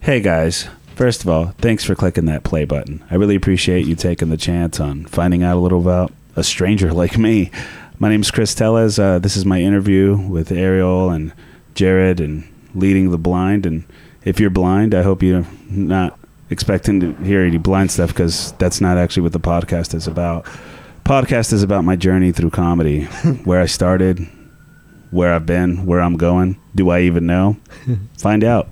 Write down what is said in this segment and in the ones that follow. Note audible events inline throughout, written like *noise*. Hey guys, first of all, thanks for clicking that play button. I really appreciate you taking the chance on finding out a little about a stranger *laughs* like me. My name's Chris Tellez. Uh, this is my interview with Ariel and Jared and Leading the Blind. And if you're blind, I hope you're not expecting to hear any blind stuff because that's not actually what the podcast is about. Podcast is about my journey through comedy, where I started, where I've been, where I'm going. Do I even know? Find out.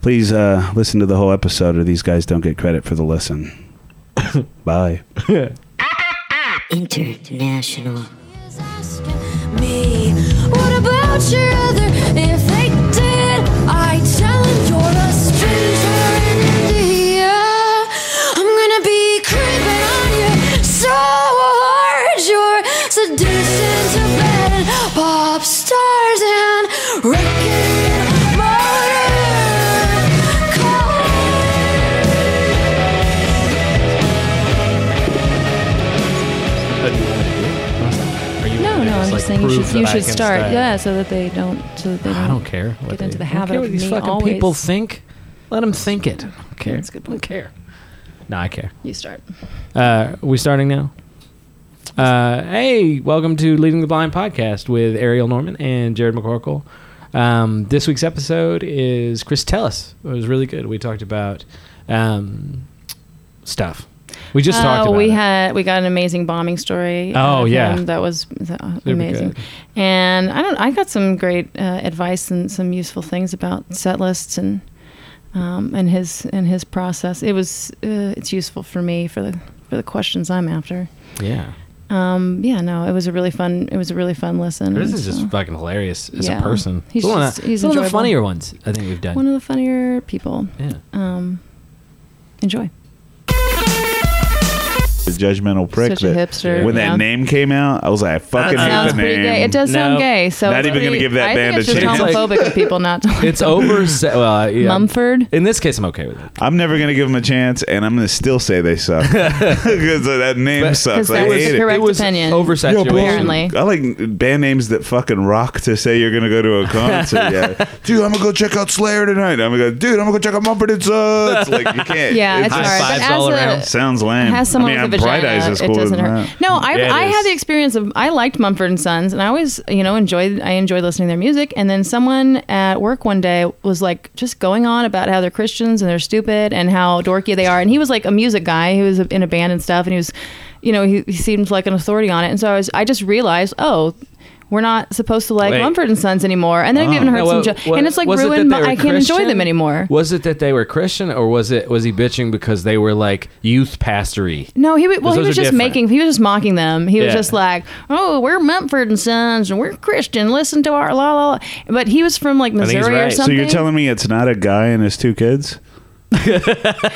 Please uh, listen to the whole episode, or these guys don't get credit for the *laughs* listen. Bye. International. is asking me, what about your other? If they did, I tell them you're a stranger in India. I'm gonna be creeping on you so hard. You're seducing Tibetan pop stars and wrecking motor cars. No, No, no, I'm just saying you should, you should start, yeah, so that they don't, so that they don't. I don't care. what Get they- into the I don't habit care of what these me fucking always- people think. Let them think it. I don't care. That's a good I don't point. care. No, I care. You start. Uh, we starting now? Uh, hey, welcome to Leading the Blind podcast with Ariel Norman and Jared McCorkle. Um, this week's episode is Chris Tellis. It was really good. We talked about um, stuff. We just talked Uh, about we it. had we got an amazing bombing story. uh, Oh, of yeah. him that was uh, amazing. good. And I don't I got some great uh, advice and some useful things about set lists and um, and his and his process. It was uh, it's useful for me for the for the questions I'm after. yeah. Um, yeah, no, it was a really fun it was a really fun listen. Chris is so- just fucking hilarious as Yeah. a person. He's It's one of just- the- he's it's one of the enjoyable. funnier ones I think we've done. one of the funnier people. yeah. Um, enjoy. The judgmental prick. Such a that- hipster, When yeah. that name came out, I was like, I fucking That hate Sounds the pretty name. gay. It does No. sound gay. So Not even gonna give that I band think it's a just chance. It's homophobic of people not *laughs* to. like It's them. over. *laughs* se- well, yeah. Mumford. In this case, I'm okay with it. I'm never gonna give them a chance, and I'm gonna still say they *laughs* suck *laughs* because that name But- sucks. 'Cause I that was hate it. correct It was opinion. oversaturated. Apparently. I like band names that fucking rock to say you're gonna go to a concert. *laughs* Yeah, dude, I'm gonna go check out Slayer tonight. I'm gonna go, dude, I'm gonna go check out Mumford and Son. It's like you can't. Yeah, it's just- hard. hard. fives all around. But as a Sounds lame. has someone I mean, with a Bright vagina, Eyes is it cooler doesn't than hurt. that. No, I, Yeah, it I is. had the experience of I liked Mumford and Sons, and I always you know enjoyed I enjoyed listening to their music. And then someone at work one day was like just going on about how they're Christians and they're stupid and how dorky they are. And he was like a music guy who was in a band and stuff, and he was, you know, he, he seemed like an authority on it. And so I was I just realized oh. We're not supposed to like Wait. Ah. Mumford and Sons anymore, and then I've even heard Now, some, what- jo- what- and it's like was it that ruined. they my- were I can't enjoy Christian? them anymore. Was it that they were Christian, or was it was he bitching because they were like youth pastory? No, he was, well, he those are was just different. making, he was just mocking them. He was Yeah. just like, oh, we're Mumford and Sons and we're Christian. Listen to our la la la. But he was from like think he's Missouri or right. So So something. you're telling me it's not a guy and his two *laughs* kids?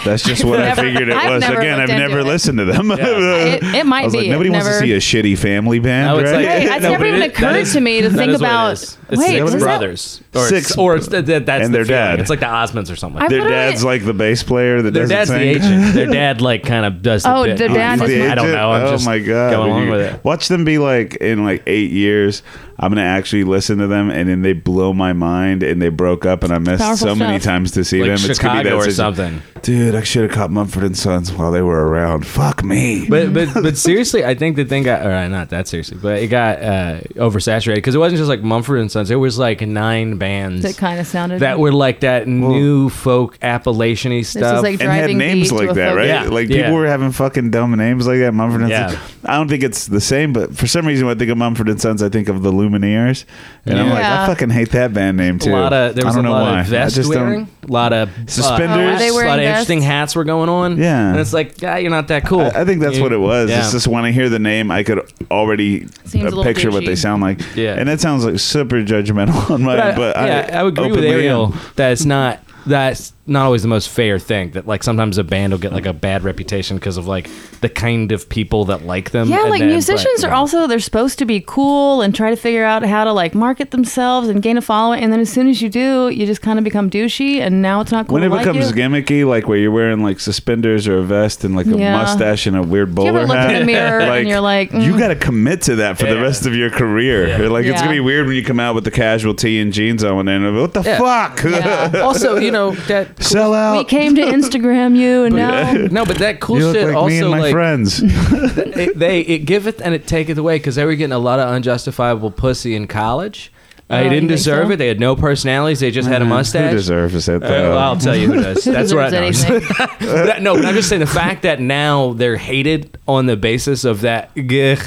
That's just what Never- I figured it I've was. never Again, I've looked into never it. listened to them. It- it *laughs* might I was Like, be. nobody I've wants to never- see a shitty family band, No, it's right? like- *laughs* Wait, it's No, never but even it- occurred that is- to me to that think is what it about- is. It's wait, six was that- brothers, or Six- it's, or it's that that- that's And the their feeling. dad. It's like the Osmonds or something. I- Like that. Their Literally- dad's like the bass player that Their doesn't dad's the sing. *laughs* agent. Their dad like kind of does. The Oh, bit. their I'm dad not is fucking- the I don't agent? know. I'm oh just my god! going When along you- with it. Watch them be like in like eight years. I'm gonna actually listen to them, and then they blow my mind, and they broke up, and I missed Powerful so many stuff. times to see Like them. It's gonna be that Chicago or situ- something. Dude, I should have caught Mumford and Sons while they were around. Fuck me. But but but *laughs* seriously, I think the thing got or uh, not that seriously, but it got uh, oversaturated because it wasn't just like Mumford and Sons. It was like nine bands That kinda sounded- that were like that new folk Appalachian-y this stuff. is like and had driving names me to like a that, folk- right? Yeah. Like Yeah. people were having fucking dumb names like that. Mumford and Yeah. Sons. I don't think it's the same, but for some reason, when I think of Mumford and Sons, I think of the Lumineers, and I'm like, Yeah. I fucking hate that band name a too. lot of there was I don't a know lot why. of I vest just wearing, don't. a lot of uh, Suspenders? hats, Oh, were they a wearing lot of interesting vests? hats were going on. Yeah. and it's like, yeah, you're not that cool. I, I think that's You- what it was. Yeah. It's just when I hear the name, I could already Seems a uh, little picture what douchey. they sound like. Yeah. and that sounds like super judgmental *laughs* on my. but I, end, But I, yeah, I, would agree with openly Ariel am. that it's not that's not always the most fair thing. That like sometimes a band will get like a bad reputation because of like the kind of people that like them. Yeah, and like then- musicians but, are also, they're supposed to be cool and try to figure out how to like market themselves and gain a following. And then as soon as you do, you just kind of become douchey and now it's not cool. When it to like becomes you. gimmicky, like where you're wearing like suspenders or a vest and like a Yeah. mustache and a weird you bowler ever look in hat, the *laughs* mirror and you're like, you mm. got to commit to that for the Yeah. rest of your career. You're Like it's Yeah. gonna be weird when you come out with the casual tee and jeans on and what the Yeah. *laughs* fuck? *laughs* Yeah. also, you know that *laughs* Sell We out. came to Instagram you, and now No, but that cool You look shit like also me and my like *laughs* friends. it, they it giveth and it taketh away because they were getting a lot of unjustifiable pussy in college. Uh, Oh, they you didn't think deserve so? it. They had no personalities. They just had a mustache. Who deserves it? Uh, though? well, I'll tell you who *laughs* does. That's Who what I deserves know. anything? *laughs* But I- no, but I'm just saying the fact that now they're hated on the basis of that gich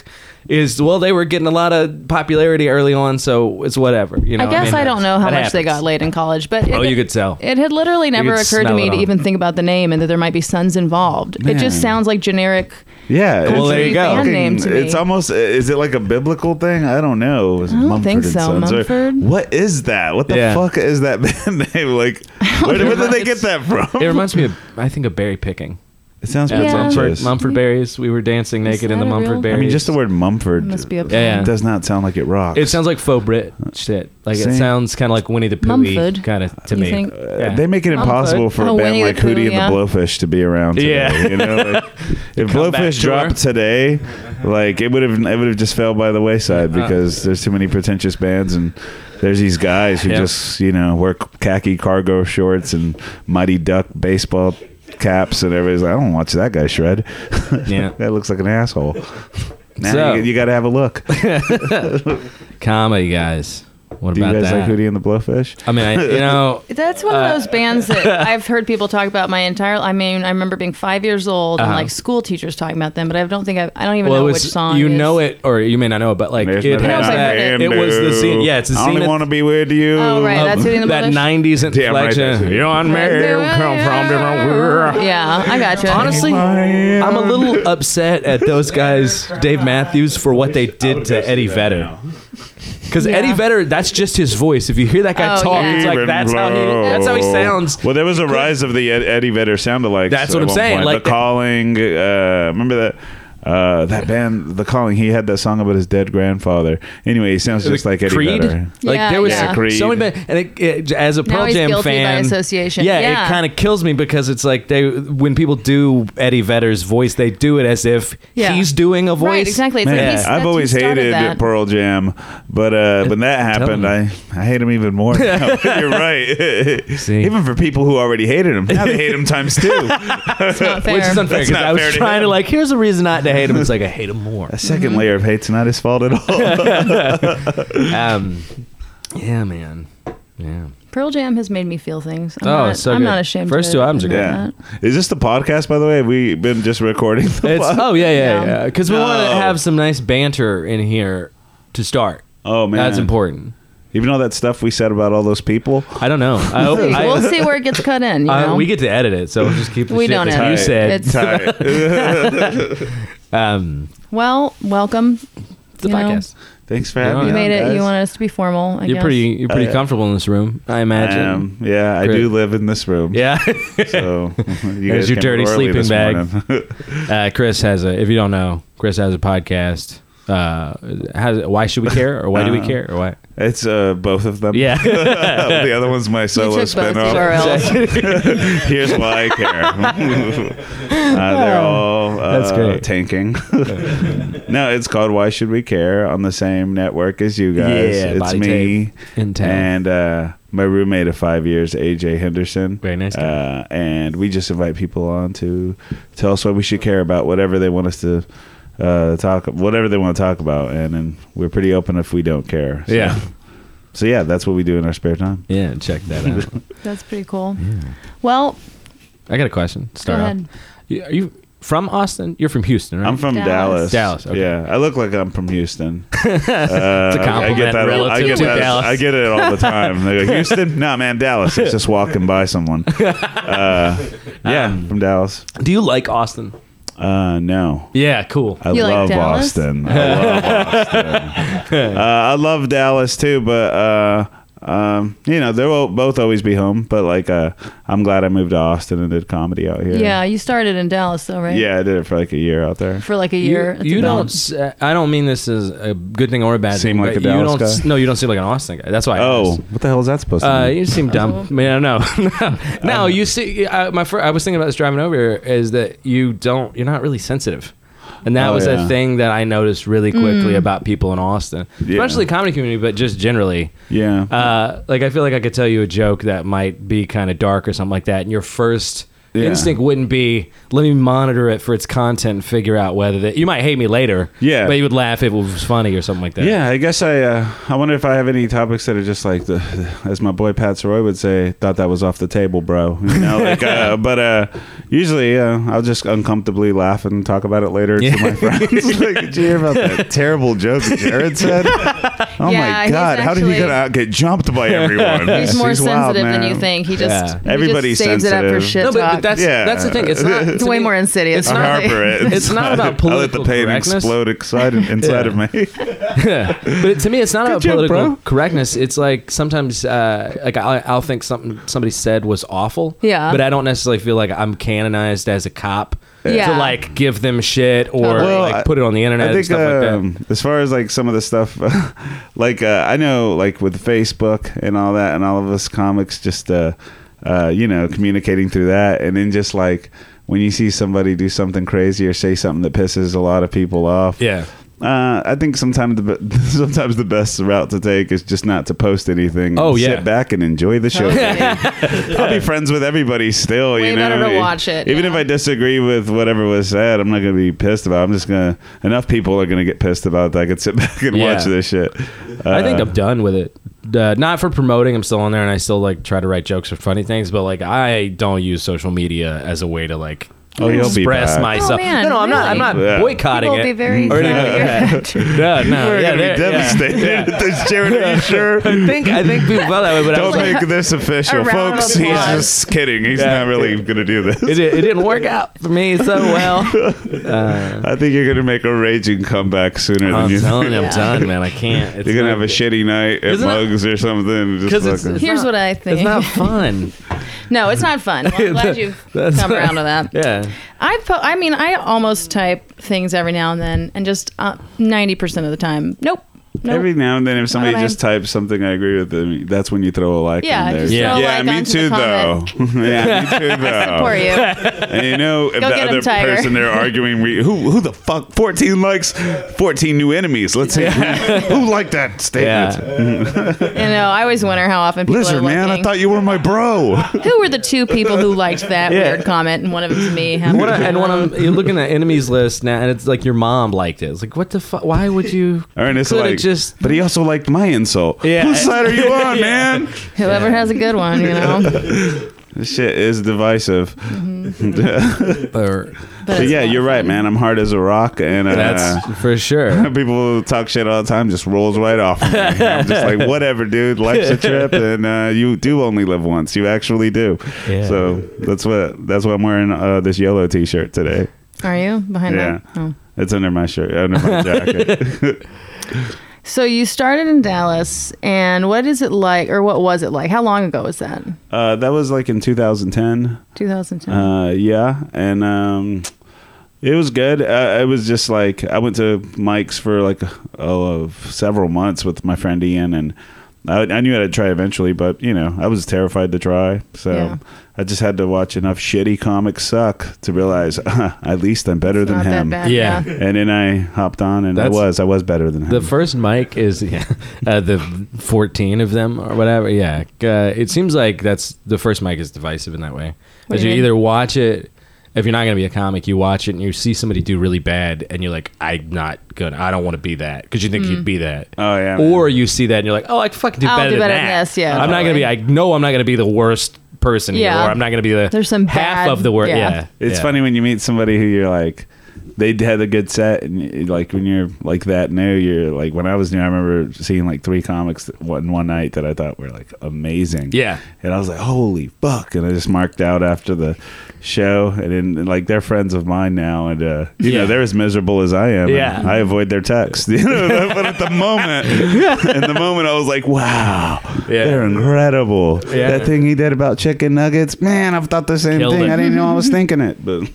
is well, they were getting a lot of popularity early on, so it's whatever. You know, I guess mean, I don't know how that much they got happens. laid in college, but it, Oh, you could tell. It had literally never could occurred to smell me it to on. even think about the name and that there might be sons involved. It Man. just sounds like generic. yeah. it's Well, there a you go. Band name to It's me. almost. Is it like a biblical thing? I don't know. I don't think so, Mumford. What is that? What the Yeah. fuck is that *laughs* band name? *laughs* Like, where, where did they get that from? It reminds me of I think of berry picking. It sounds Yeah. pretentious. Mumford, Mumford berries. We were dancing naked in that the a Mumford real- berries. I mean, just the word Mumford Must be a Yeah, yeah. does not sound like it rocks. It sounds like faux Brit shit. Like it See? sounds kind of like Winnie the Pooh Mumford, kind of to you me. think? Uh, Yeah. They make it Mumford. impossible for a Oh, band Winnie the like Pooh, Hootie and yeah. the Blowfish to be around. Today, Yeah. you know, *laughs* like, if back Blowfish tour. dropped today, like it would have, it would have just fell by the wayside Uh. because there's too many pretentious bands and there's these guys who Yeah. just you know wear khaki cargo shorts and Mighty Duck baseball caps and everybody's like, I don't watch that guy shred. *laughs* Yeah. that looks like an asshole. Now So- you, you got to have a look. Comedy guys. What Do you about guys that? like Hootie and the Blowfish? I mean, *laughs* I, you know, That's one of those Uh, bands that *laughs* I've heard people talk about my entire. I mean, I remember being five years old and Uh-huh. like school teachers talking about them, but I don't think I. I don't even well, know it which was, song. you is. know it, or you may not know it, but like There's it, nothing has I that, can it was the do. scene. Yeah, it's the I scene. only that- want to be with you. Oh, right. That's Hootie and the that Blowfish? 90s Damn right, inflection. that's it. you know, I'm married, you come from different world. Yeah, I got you. Honestly, I'm a little upset at those guys, Dave Matthews, for what they did to Eddie Vedder. Because Yeah. Eddie Vedder, that's just his voice. If you hear that guy Oh, talk, yeah. it's like Even that's how blow. he that's how he sounds. Well, there was a rise of the Ed- Eddie Vedder soundalikes. That's at what I'm one saying, point. like the that- calling. Uh, remember that. Uh, that band, The Calling, he had that song about his dead grandfather. Anyway, he sounds just like Eddie Creed. Vedder. Like Yeah, there was yeah. Creed. so many, ba- and it, it, as a Now Pearl he's Jam guilty by fan, association. Yeah, Yeah. it kind of kills me because it's like they when people do Eddie Vedder's voice, they do it as if Yeah. he's doing a voice. Right, exactly. It's Man, like he's, that's I've who always started hated that. Pearl Jam, but uh, when that happened, I, I hate him even more. *laughs* now. *laughs* You're right. See. Even for people who already hated him, now they hate him times *laughs* two. It's not fair. Which is unfair That's because not I was fair to trying to him. like, here's a reason not to hate him. It's like I hate him *laughs* more. A 2nd layer of hate's not his fault at all. Um, yeah, man. Yeah. Pearl Jam has made me feel things. I'm Oh, not, it's so I'm good. not ashamed. First to two albums are good. Yeah. Is this the podcast, by the way? Have we been just recording the It's pod- oh yeah yeah No. yeah because we want to No. have some nice banter in here to start. Oh, man. That's important. Even all that stuff we said about all those *laughs* people. I don't know. I, I- *laughs* We'll see where it gets cut in. You Uh, know? we get to edit it, so we'll just keep the We shit don't that edit you it. said. It's- Tight. um, well, welcome. the You know, podcast. Thanks for You having me. You Yeah, on, made it. Guys. You wanted us to be formal. I You're guess. pretty. You're pretty Uh, comfortable in this room, I I imagine. am. Um, Yeah, I Great. do live in this room. *laughs* Yeah. *laughs* So you guys There's your came dirty early sleeping this bag. morning. *laughs* uh, Chris has a. If you don't know, Chris has a podcast. Uh, has, why should we care, or why Uh-huh. do we care, or why? it's uh, both of them. Yeah. *laughs* the other one's my You solo took both spinoff. *laughs* *laughs* URLs. Here's why I *laughs* care. uh, they're all uh, That's great. *laughs* tanking. no, it's called Why Should We Care on the same network as you guys. Yeah, it's Body me Tape in town. and uh, my roommate of five years, AJ Henderson. Very nice guy. Uh, and we just invite people on to tell us what we should care about, whatever they want us to. Uh, talk whatever they want to talk about, and, and we're pretty open if we don't care. So- Yeah. so yeah, that's what we do in our spare time. Yeah. Check that out. That's pretty cool. Well, I got a question. to Start Go off. ahead. You- Are you from Austin? You're from Houston, right? I'm from Dallas. Dallas. Dallas, okay. Yeah, I look like I'm from Houston. Uh, it's I compliment get that. all- I relative get to that- Dallas. I get it all the time. They're like, *laughs* Houston? No, man, Dallas. It's just walking by *laughs* someone. Uh, yeah, I'm from Dallas. Do you like Austin? Uh, no. Yeah. Cool. I You like love Dallas? *laughs* Austin. I love Austin. Uh, I love Dallas too, but uh, um, you know they will both always be home. But like, uh, I'm glad I moved to Austin and did comedy out here. yeah, you started in Dallas, though, right? yeah, I did it for like a year out there. For like a You, year. That's you about- don't. s- uh, I don't mean this as a good thing or a bad Seem thing. like but a you Dallas don't, s- guy? No, you don't seem like an Austin guy. That's why. I Oh, asked. what the hell is that supposed to Uh, mean? you seem dumb. I mean, I don't know. *laughs* no, uh, you see, I, my fr- I was thinking about this driving over here. Is that you don't? You're not really sensitive. And that Oh, was yeah. a thing that I noticed really Mm. quickly about people in Austin, Yeah. especially the comedy community, but just generally. Yeah. Uh, like I feel like I could tell you a joke that might be kind of dark or something like that, and your first Yeah. instinct wouldn't be let me monitor it for its content and figure out whether that you might hate me later. Yeah. but you would laugh if it was funny or something like that. yeah, I guess I. Uh, I wonder if I have any topics that are just like, the, as my boy Pat Soroy would say, "Thought that was off the table, bro." You *laughs* know, like, uh, but uh, usually uh, I'll just uncomfortably laugh and talk about it later to my friends. *laughs* like, did you hear about *laughs* that terrible joke that Jared said? *laughs* Oh Yeah, my he's god, how did he actually- get out, get jumped *laughs* by everyone? He's more wild, sensitive than man. you think. He just Yeah. he just Everybody's saves it up sensitive. for shit No, but, talk. *laughs* but that's Yeah. that's the thing. *laughs* It's not it's to way me- more insidious. it's than not- I think. Harper *laughs* it. It's not about *laughs* I let the political pain correctness. explode excited inside *laughs* of me. Yeah. *laughs* But to me, it's not about joke, political bro. correctness. It's like sometimes, uh, like I, I'll think something somebody said was awful. Yeah. But I don't necessarily feel like I'm canonized as a cop Yeah. to like give them shit or Well, I- like put it on the internet I and think stuff like um, as far as like some of the stuff, *laughs* like uh, I know like with Facebook and all that, and all of us comics just uh, uh, you know communicating through that, and then just like when you see somebody do something crazy or say something that pisses a lot of people off, that. Yeah. Uh, I think sometimes the be- *laughs* sometimes the best route to take is just not to post anything. Oh, Sit yeah. back and enjoy the show. I'll be friends with everybody still. Way you know, better to watch it, Even yeah. if I disagree with whatever was said, I'm not going to be pissed about. it. I'm just going to. Enough people are going to get pissed about that. I could sit *laughs* back and Yeah. watch this shit. I think Uh, I'm done with it. Uh, not for promoting. I'm still on there and I still like try to write jokes or funny things, but like I don't use social media as a way to like Oh, you'll be express back. myself. Oh, man, no, no, I'm not. I'm not really? Yeah. boycotting People will it. be very or anything sad. like that. *laughs* no, no, We're *laughs* yeah, going to there- be yeah. devastated. *laughs* if There's Jared, are you sure? I think I think people felt that way, but I was Don't like, make this official, A round of folks. He's applause. just kidding. He's Yeah. not really going to do this. it, di- it didn't work out for me *laughs* so well. I think you're going to make a raging comeback sooner than I'm you think. telling you, I'm done, man. I can't. *laughs* It's You're gonna have not- a shitty night at Isn't it- Mugs or something. Just 'Cause it's- fucking- it's- Here's not- what I think. It's not fun. no, it's not fun. *laughs* Well, I'm glad you That's- come around to *laughs* that. Yeah. I po- I mean, I almost type things every now and then, and just uh, ninety percent of the time, nope, nope. Every now and then, if somebody Alright. just types something I agree with, them, that's when you throw a like. Yeah, in there. just throw a yeah, like me onto the too, though. *laughs* yeah, me too, *laughs* Poor *laughs* though. you. and you know, if Go the get 'em, other Tiger. person they're arguing, re- who who the fuck, fourteen likes, fourteen new enemies. Let's see *laughs* who, who liked that statement. Yeah. You know, I always wonder how often people Lizard are man, I looking. thought you were my bro. *laughs* Who were the two people who liked that weird comment? And one of them's me. How What I- many and when people- *laughs* I'm you're looking at enemies list now, and it's like your mom liked it. It's like, what the fuck? Why would you? Ernest Could've like, just- but he also liked my insult. Yeah. Whose side are *laughs* you on, Yeah. man? whoever has a *laughs* good one, you know. This shit is divisive. Or, But it's yeah, not you're right, man. I'm hard as a rock, and uh, that's *laughs* for sure. people who talk shit all the time just rolls right off. of me. I'm just like, whatever, dude. Life's a trip, and uh, you do only live once. You actually do. Yeah. So that's what that's why I'm wearing uh, this yellow T-shirt today. Are you behind Yeah. that? Oh. It's under my shirt, under my jacket. So you started in Dallas, and what is it like, or what was it like? How long ago was that? uh, that was like in 2010. 2010. Uh, yeah, and um, it was good. Uh, it was just like I went to Mike's for like oh, several months with my friend Ian, and I, I knew I would try eventually, but you know I was terrified to try, so Yeah. I just had to watch enough shitty comics suck to realize *laughs* at least I'm better than Not that him. bad. Yeah. And then I hopped on, and I That's- was I was better than him. The first mic is yeah, *laughs* uh, the 14 of them or whatever. Yeah. Uh, it seems like that's the first mic is divisive in that way. What As do you you mean? either watch it, if you're not going to be a comic, you watch it and you see somebody do really bad and you're like, I'm not going to, I don't want to be that because you think you'd be that. Oh, yeah, man. Or you see that and you're like, oh, I could fucking do Mm. I'll better, do better than than that. this, yeah, I'm not going to be, I know I'm not going to be the worst person Yeah. here or I'm not going to be the There's some half bad- of the worst. yeah. Yeah. It's Yeah. funny when you meet somebody who you're like, they had a good set, and you- like when you're like that new, you're like when I was new, I remember seeing like three comics that- one one night that I thought were like amazing. Yeah. and I was like, holy fuck! And I just marked out after the show, and then and, like they're friends of mine now, and uh, you know Yeah. they're as miserable as I am. and Yeah. I avoid their texts. *laughs* You know, but at the *laughs* moment, in the moment, I was like, wow, Yeah. they're incredible. Yeah. That thing he did about chicken nuggets, man, I've thought the same Killed thing. it. I didn't know I was thinking it, but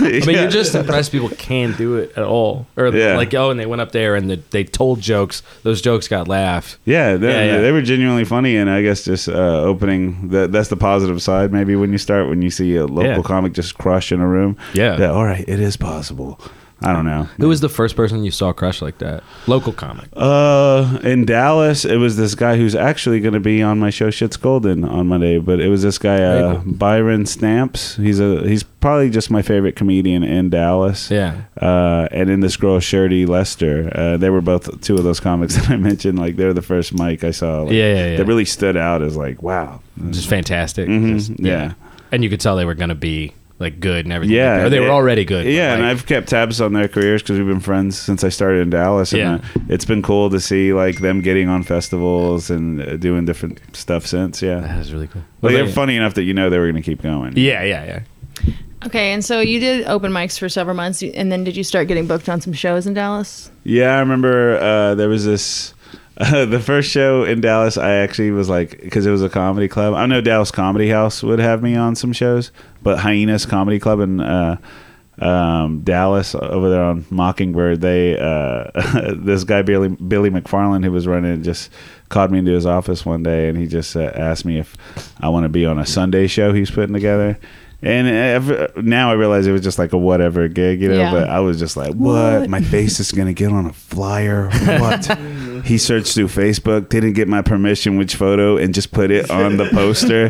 *laughs* mean, you're just impressed people can do it at all. Or Yeah. like, oh, and they went up there and the, they told jokes. Those jokes got laughed. yeah, they, Yeah, yeah. they were genuinely funny, and I guess just uh, opening that that's the positive side. Maybe when you start, when you see a local Yeah. comic just crush in a room, Yeah. all right, it is possible. I don't know. Who was the first person you saw crush like that? Local comic. Uh, in Dallas, it was this guy who's actually going to be on my show Shit's Golden on Monday, but it was this guy uh, Hey. Byron Stamps. He's a he's probably just my favorite comedian in Dallas. Yeah. Uh, and in this girl Shirley Lester, uh, they were both two of those comics *laughs* that I mentioned. Like they were the first mic I saw. Like, Yeah, yeah, yeah. That really stood out as like wow. Mm-hmm. Just fantastic. Mhm, Just- yeah. And you could tell they were going to be like good and everything. Yeah, like that. Or they it- were already good. but, Yeah, and like, I've kept tabs on their careers because we've been friends since I started in Dallas. And Yeah. uh, it's been cool to see like them getting on festivals and uh, doing different stuff since. Yeah, That was really cool. like What they're about funny enough that you know they were going to keep going. you? Yeah, yeah, yeah. Okay, and so you did open mics for several months, and then did you start getting booked on some shows in Dallas? Yeah, I remember uh, there was this. *laughs* Uh, the first show in Dallas, I actually was like, because it was a comedy club. I know Dallas Comedy House would have me on some shows, but Hyenas Comedy Club in uh, um, Dallas over there on Mockingbird, they uh, *laughs* this guy Billy Billy McFarland who was running it just called me into his office one day, and he just uh, asked me if I want to be on a Sunday show he's putting together. And ever, now I realize it was just like a whatever gig, you know. Yeah. But I was just like, what? My face is gonna get on a flyer. What? he searched through Facebook, didn't get my permission which photo, and just put it on the poster. you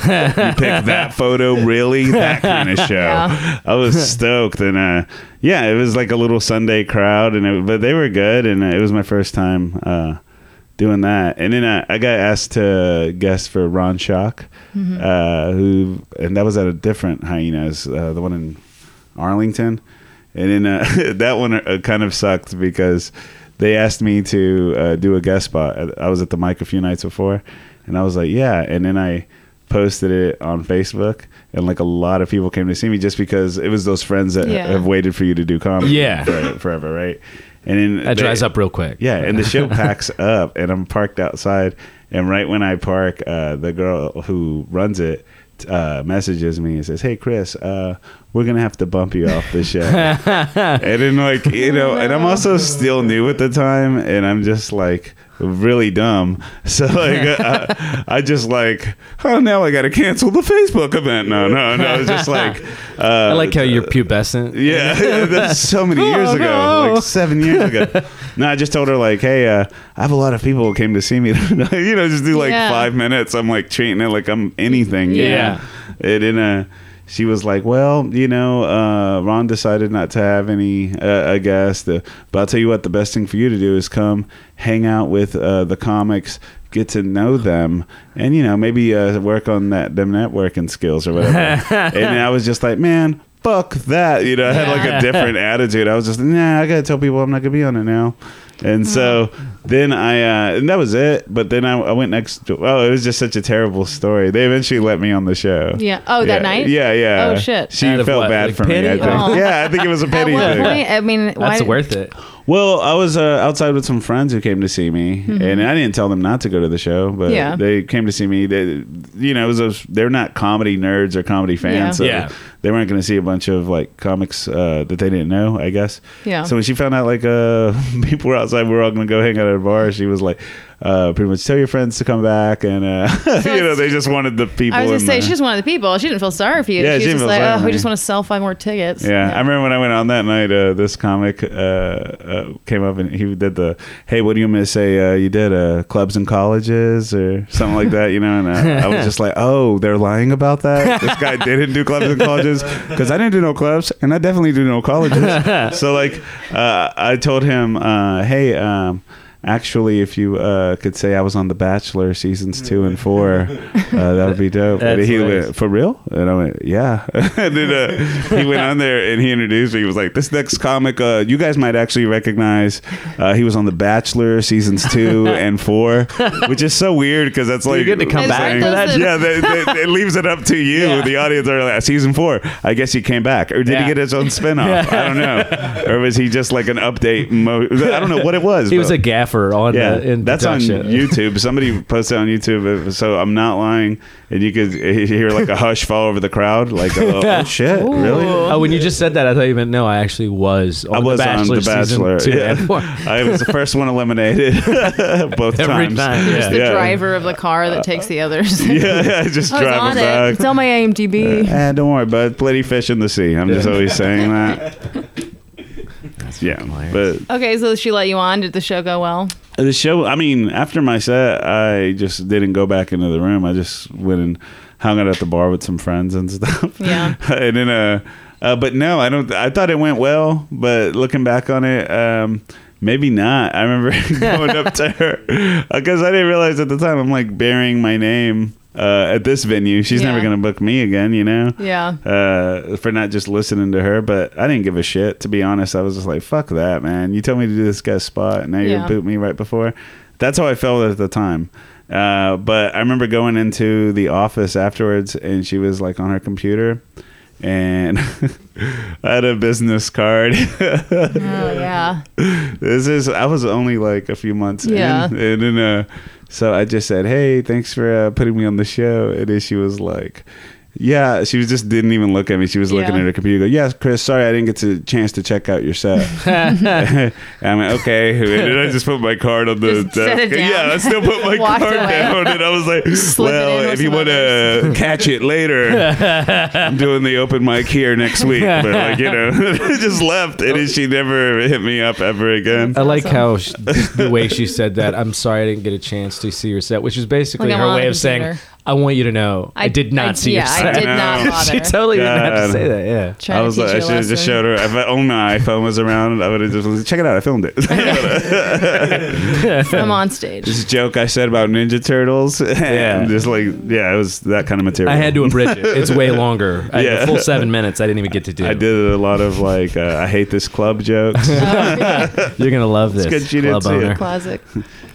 picked that photo, really? That kind of show. Yeah. I was stoked, and uh, yeah, it was like a little Sunday crowd, and it, but they were good, and uh, it was my first time. Uh, doing that. And then I, I got asked to guest for Ron Shock, uh, who and that was at a different hyenas, uh, the one in Arlington. And then uh, *laughs* that one uh, kind of sucked because they asked me to uh, do a guest spot. I was at the mic a few nights before, and I was like, yeah. And then I posted it on Facebook, and like a lot of people came to see me just because it was those friends that Yeah. have waited for you to do comedy Yeah. for- forever, right? And then That they- dries up real quick. *laughs* yeah, and the show packs up, and I'm parked outside. And right when I park, uh, the girl who runs it uh, messages me and says, "Hey, Chris, uh, we're gonna have to bump you off the show." and then, like you know, and I'm also still new at the time, and I'm just like really dumb. *laughs* So like, uh, I just like, oh, now I gotta cancel the Facebook event. No, no, no. It's just like, uh, I like how you're pubescent. yeah, *laughs* that's so many years ago, like seven years ago. no, I just told her like, hey, uh, I have a lot of people who came to see me. *laughs* you know, just do like Yeah. five minutes. I'm like treating it like I'm anything. you Yeah. know? And in a. She was like, "Well, you know, uh, Ron decided not to have any uh, a guest, uh, but I'll tell you what, the best thing for you to do is come hang out with uh, the comics, get to know them, and you know, maybe uh, work on that them networking skills or whatever." and I was just like, man, fuck that. You know, I had *laughs* like a different attitude. I was just, nah, I gotta tell people I'm not gonna be on it now. And so Mm-hmm. then I, uh, and that was it. But then I, I went next. To, oh, it was just such a terrible story. They eventually let me on the show. Yeah. Oh, that Yeah. night? Yeah, yeah. Oh, shit. She Out of felt what, bad like for pity? me. I think. Oh. Yeah, I think it was a *laughs* At pity what thing. point? I mean, That's why, worth it. Well, I was uh, outside with some friends who came to see me, and I didn't tell them not to go to the show, but Mm-hmm. Yeah. they came to see me. They, you know, it was those, they're not comedy nerds or comedy Yeah. fans, so Yeah. they weren't going to see a bunch of like comics uh, that they didn't know, I guess. Yeah. So when she found out like uh, *laughs* people were outside, we were all going to go hang out at a bar, she was like, uh, pretty much tell your friends to come back, and uh, *laughs* you know, it's- they just wanted the people. uh, I was in gonna say the- she's one of the people. She didn't feel sorry for you. Yeah, she was she didn't just feel like, sorry for oh, we me. just want to sell five more tickets. Yeah, I remember when I went on that night. Uh, this comic uh, uh, came up and he did the, "Hey, what do you miss? Say uh, you did uh, clubs and colleges or something like that, you know?" And I, I was just like, "Oh, they're lying about that. This guy didn't do clubs and colleges because I didn't do no clubs and I definitely do no colleges." so like, uh, I told him, uh, "Hey." Um, Actually, if you uh, could say I was on The Bachelor seasons two and four, uh, that would be dope. And That's he hilarious. went, for real? And I went, yeah. *laughs* and then uh, he went on there and he introduced me. He was like, this next comic, uh, you guys might actually recognize. Uh, he was on The Bachelor seasons *laughs* two and four, which is so weird because that's like you get to come back for that? Yeah, they, they, it leaves it up to you. Yeah. The audience are like, season four. I guess he came back, or did Yeah. he get his own spinoff? off? I don't *laughs* know. Or was he just like an update? Mo- I don't know what it was. He was but- a gaffer on yeah, the in that's on uh, production. *laughs* YouTube. Somebody posted on YouTube, uh, so I'm not lying. And you could hear like a hush fall over the crowd, like oh, oh shit, really? Oh, when you just said that, I thought you meant no. I actually was. On I was the Bachelor on The Bachelor. Season two Yeah. *laughs* and four. *laughs* I was the first one eliminated *laughs* both Every times. time, yeah. the Yeah. driver of the car that takes the *laughs* others. *laughs* Yeah, yeah, just I was on driving it. back. It's on my IMDb. *laughs* Eh, don't worry, bud. Plenty fish in the sea. I'm just always saying that. *laughs* That's That's yeah, fucking hilarious. but Okay, so she let you on. Did the show go well? the show i mean after my set i just didn't go back into the room i just went and hung out at the bar with some friends and *laughs* stuff Yeah. and then uh, uh but no i don't i thought it went well but looking back on it um Maybe not. I remember *laughs* going up to *laughs* her because I didn't realize at the time I'm like bearing my name uh, at this venue. She's never Yeah. going to book me again, you know? Yeah. uh, for not just listening to her, but I didn't give a shit. To be honest, I was just like, "Fuck that, man! You told me to do this guy's spot, and now you're Yeah. gonna boot me right before." That's how I felt at the time. Uh, but I remember going into the office afterwards, and she was like on her computer, and *laughs* I had a business card. *laughs* Oh yeah. this is I was only like a few months Yeah. in, and then uh, so I just said, "Hey, thanhanks for uh, putting me on the show." And then she was like, "Yeah," she was just didn't even look at me. She was looking Yeah. at her computer. Go, "Yes, Chris. Sorry, I didn't get to chance to check out your *laughs* set." *laughs* And I'm like, "Okay," *laughs* and then I just put my card on the Just set it desk. down. Yeah, I still put my *laughs* Walked card away. down, and I was like, *laughs* Slip it in "Well, with if you some want to *laughs* catch it later, I'm doing the open mic here next week." But like you know, *laughs* just left, and then she never hit me up ever again. I like how sh *laughs* the way she said that. I'm sorry I didn't get a chance to see your set, which is basically Like, I'm her on way the of saying, computer. "I want you to know I, did not see yeah, your set." I did I *laughs* not know. *laughs* bother. she totally didn't have God. to say that. Yeah. Trying I was to teach like, I you a should have just lesson. showed her. If I, only my iPhone was around, I would have just check it out. I filmed it. *laughs* I'm on stage. this joke I said about Ninja Turtles. *laughs* Yeah, just like yeah, it was that kind of material. I had to abridge it. *laughs* It's way longer. I had Yeah. a full seven minutes. I didn't even get to do. I did a lot of like uh, I hate this club jokes. You're gonna love this. good you didn't club see it. owner. *laughs* Classic.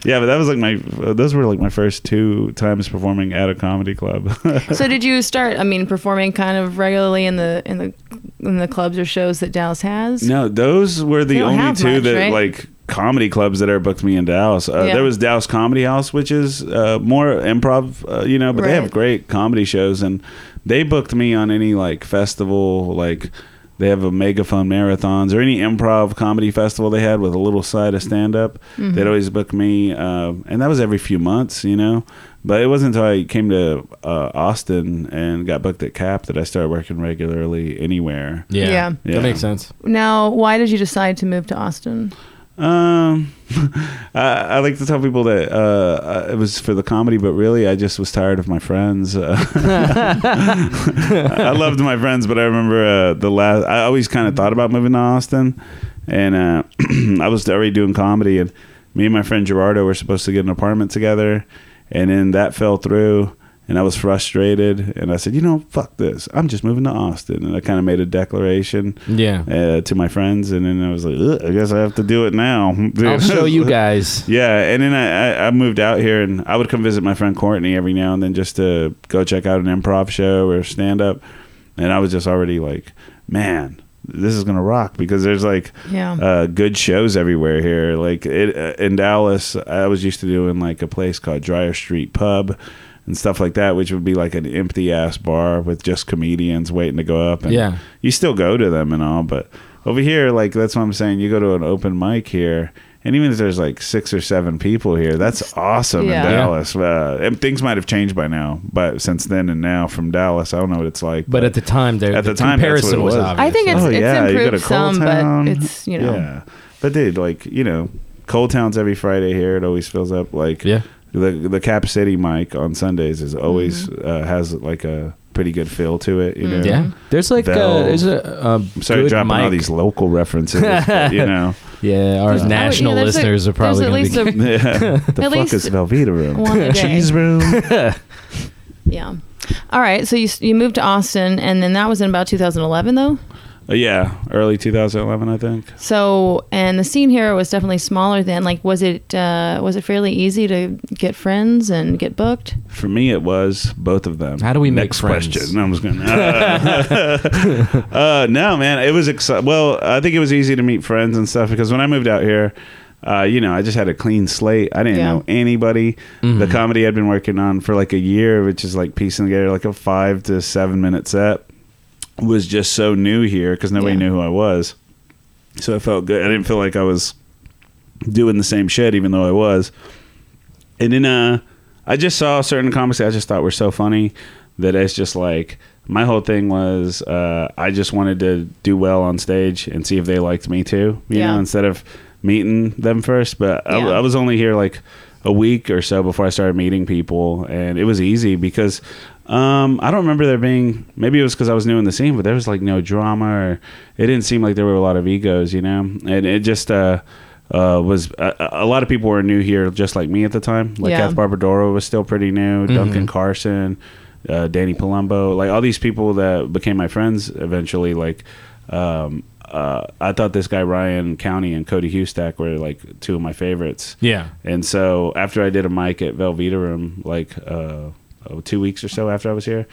yeah, but that was like my those were like my first two times performing at a comedy club. *laughs* So did you start? I mean, performing kind of regularly in the in the in the clubs or shows that Dallas has. No, those were They the don't only have two much, that right? like comedy clubs that are booked me in Dallas. Uh, Yeah. There was Dallas Comedy House, which is uh, more improv, uh, you know, but they have Right. great comedy shows, and they booked me on any like festival, like. They have a megaphone marathons or any improv comedy festival they had with a little side of stand up. Mm-hmm. They'd always book me, uh, and that was every few months, you know. But it wasn't until I came to uh, Austin and got booked at CAP that I started working regularly anywhere. Yeah. Yeah. Yeah. that makes sense. Now, why did you decide to move to Austin? Um, *laughs* I, I like to tell people that uh, it was for the comedy, but really, I just was tired of my friends. Uh, *laughs* I loved my friends, but I remember uh, the last. I always kind of thought about moving to Austin, and uh, *clears throat* I was already doing comedy, and me and my friend Gerardo were supposed to get an apartment together, and then that fell through. And I was frustrated, and I said, "You know, fuck this. I'm just moving to Austin." And I kind of made a declaration Yeah. uh, to my friends, and then I was like, "Ugh, I guess I have to do it now. *laughs* I'll show you guys. Yeah, and then I, I, I moved out here, and I would come visit my friend Courtney every now and then just to go check out an improv show or stand up, and I was just already like, man. This is gonna rock because there's like Yeah. uh, good shows everywhere here. Like it, uh, in Dallas, I was used to doing like a place called Dryer Street Pub and stuff like that, which would be like an empty ass bar with just comedians waiting to go up. And Yeah. you still go to them and all, but over here, like that's what I'm saying. You go to an open mic here, and even if there's like six or seven people here, that's awesome Yeah. in Yeah. Dallas. Uh, and things might have changed by now, but since then and now from Dallas, I don't know what it's like. But at the time, there At the, the time, that's comparison what it was. was. obvious. I think it's, Oh, it's yeah, you go improved to Coal some, Town. but it's you know yeah, but dude, like you know, Coal Town's every Friday here. It always fills up. Like Yeah. the the Cap City mic on Sundays is always Mm-hmm. uh, has like a pretty good feel to it. You know, Yeah, there's like Vel- uh, there's a um, I'm sorry, good dropping mic. all these local references. but, you know, Yeah, our There's- national oh, yeah, there's a- listeners are probably there's at gonna least be. yeah. the fuck At least is Velveeta one a room? day. Cheese room. *laughs* yeah. All right, so you s- you moved to Austin, and then that was in about 2011, though. *laughs* Uh, yeah, early 2011, I think. So, and the scene here was definitely smaller then. Like, was it uh, was it fairly easy to get friends and get booked? For me, it was both of them. How do we make Next friends? question. No, I'm just gonna. Uh, *laughs* no, man, it was exci- well. I think it was easy to meet friends and stuff because when I moved out here, uh, you know, I just had a clean slate. I didn't Yeah. know anybody. Mm-hmm. The comedy I'd been working on for like a year, which is like piecing together like a five to seven minute set, was just so new here because nobody Yeah. knew who I was. So I felt good. I didn't feel like I was doing the same shit, even though I was. And then uh, I just saw certain comics that I just thought were so funny that it's just like My whole thing was uh, I just wanted to do well on stage and see if they liked me too, you Yeah. know, instead of meeting them first. But I, Yeah. I was only here like a week or so before I started meeting people, and it was easy because um, I don't remember there being maybe it was because I was new in the scene, but there was like no drama or it didn't seem like there were a lot of egos, you know, and it just. Uh, uh, was uh, a lot of people were new here, just like me at the time. Like Yeah. Kath Barbadoro was still pretty new. Duncan Carson, uh, Danny Palumbo, like all these people that became my friends eventually. Like, um, uh, I thought this guy Ryan County and Cody Hustack were like two of my favorites. *laughs* Yeah. And so after I did a mic at Velveeta Room, like uh, oh, two weeks or so after I was here,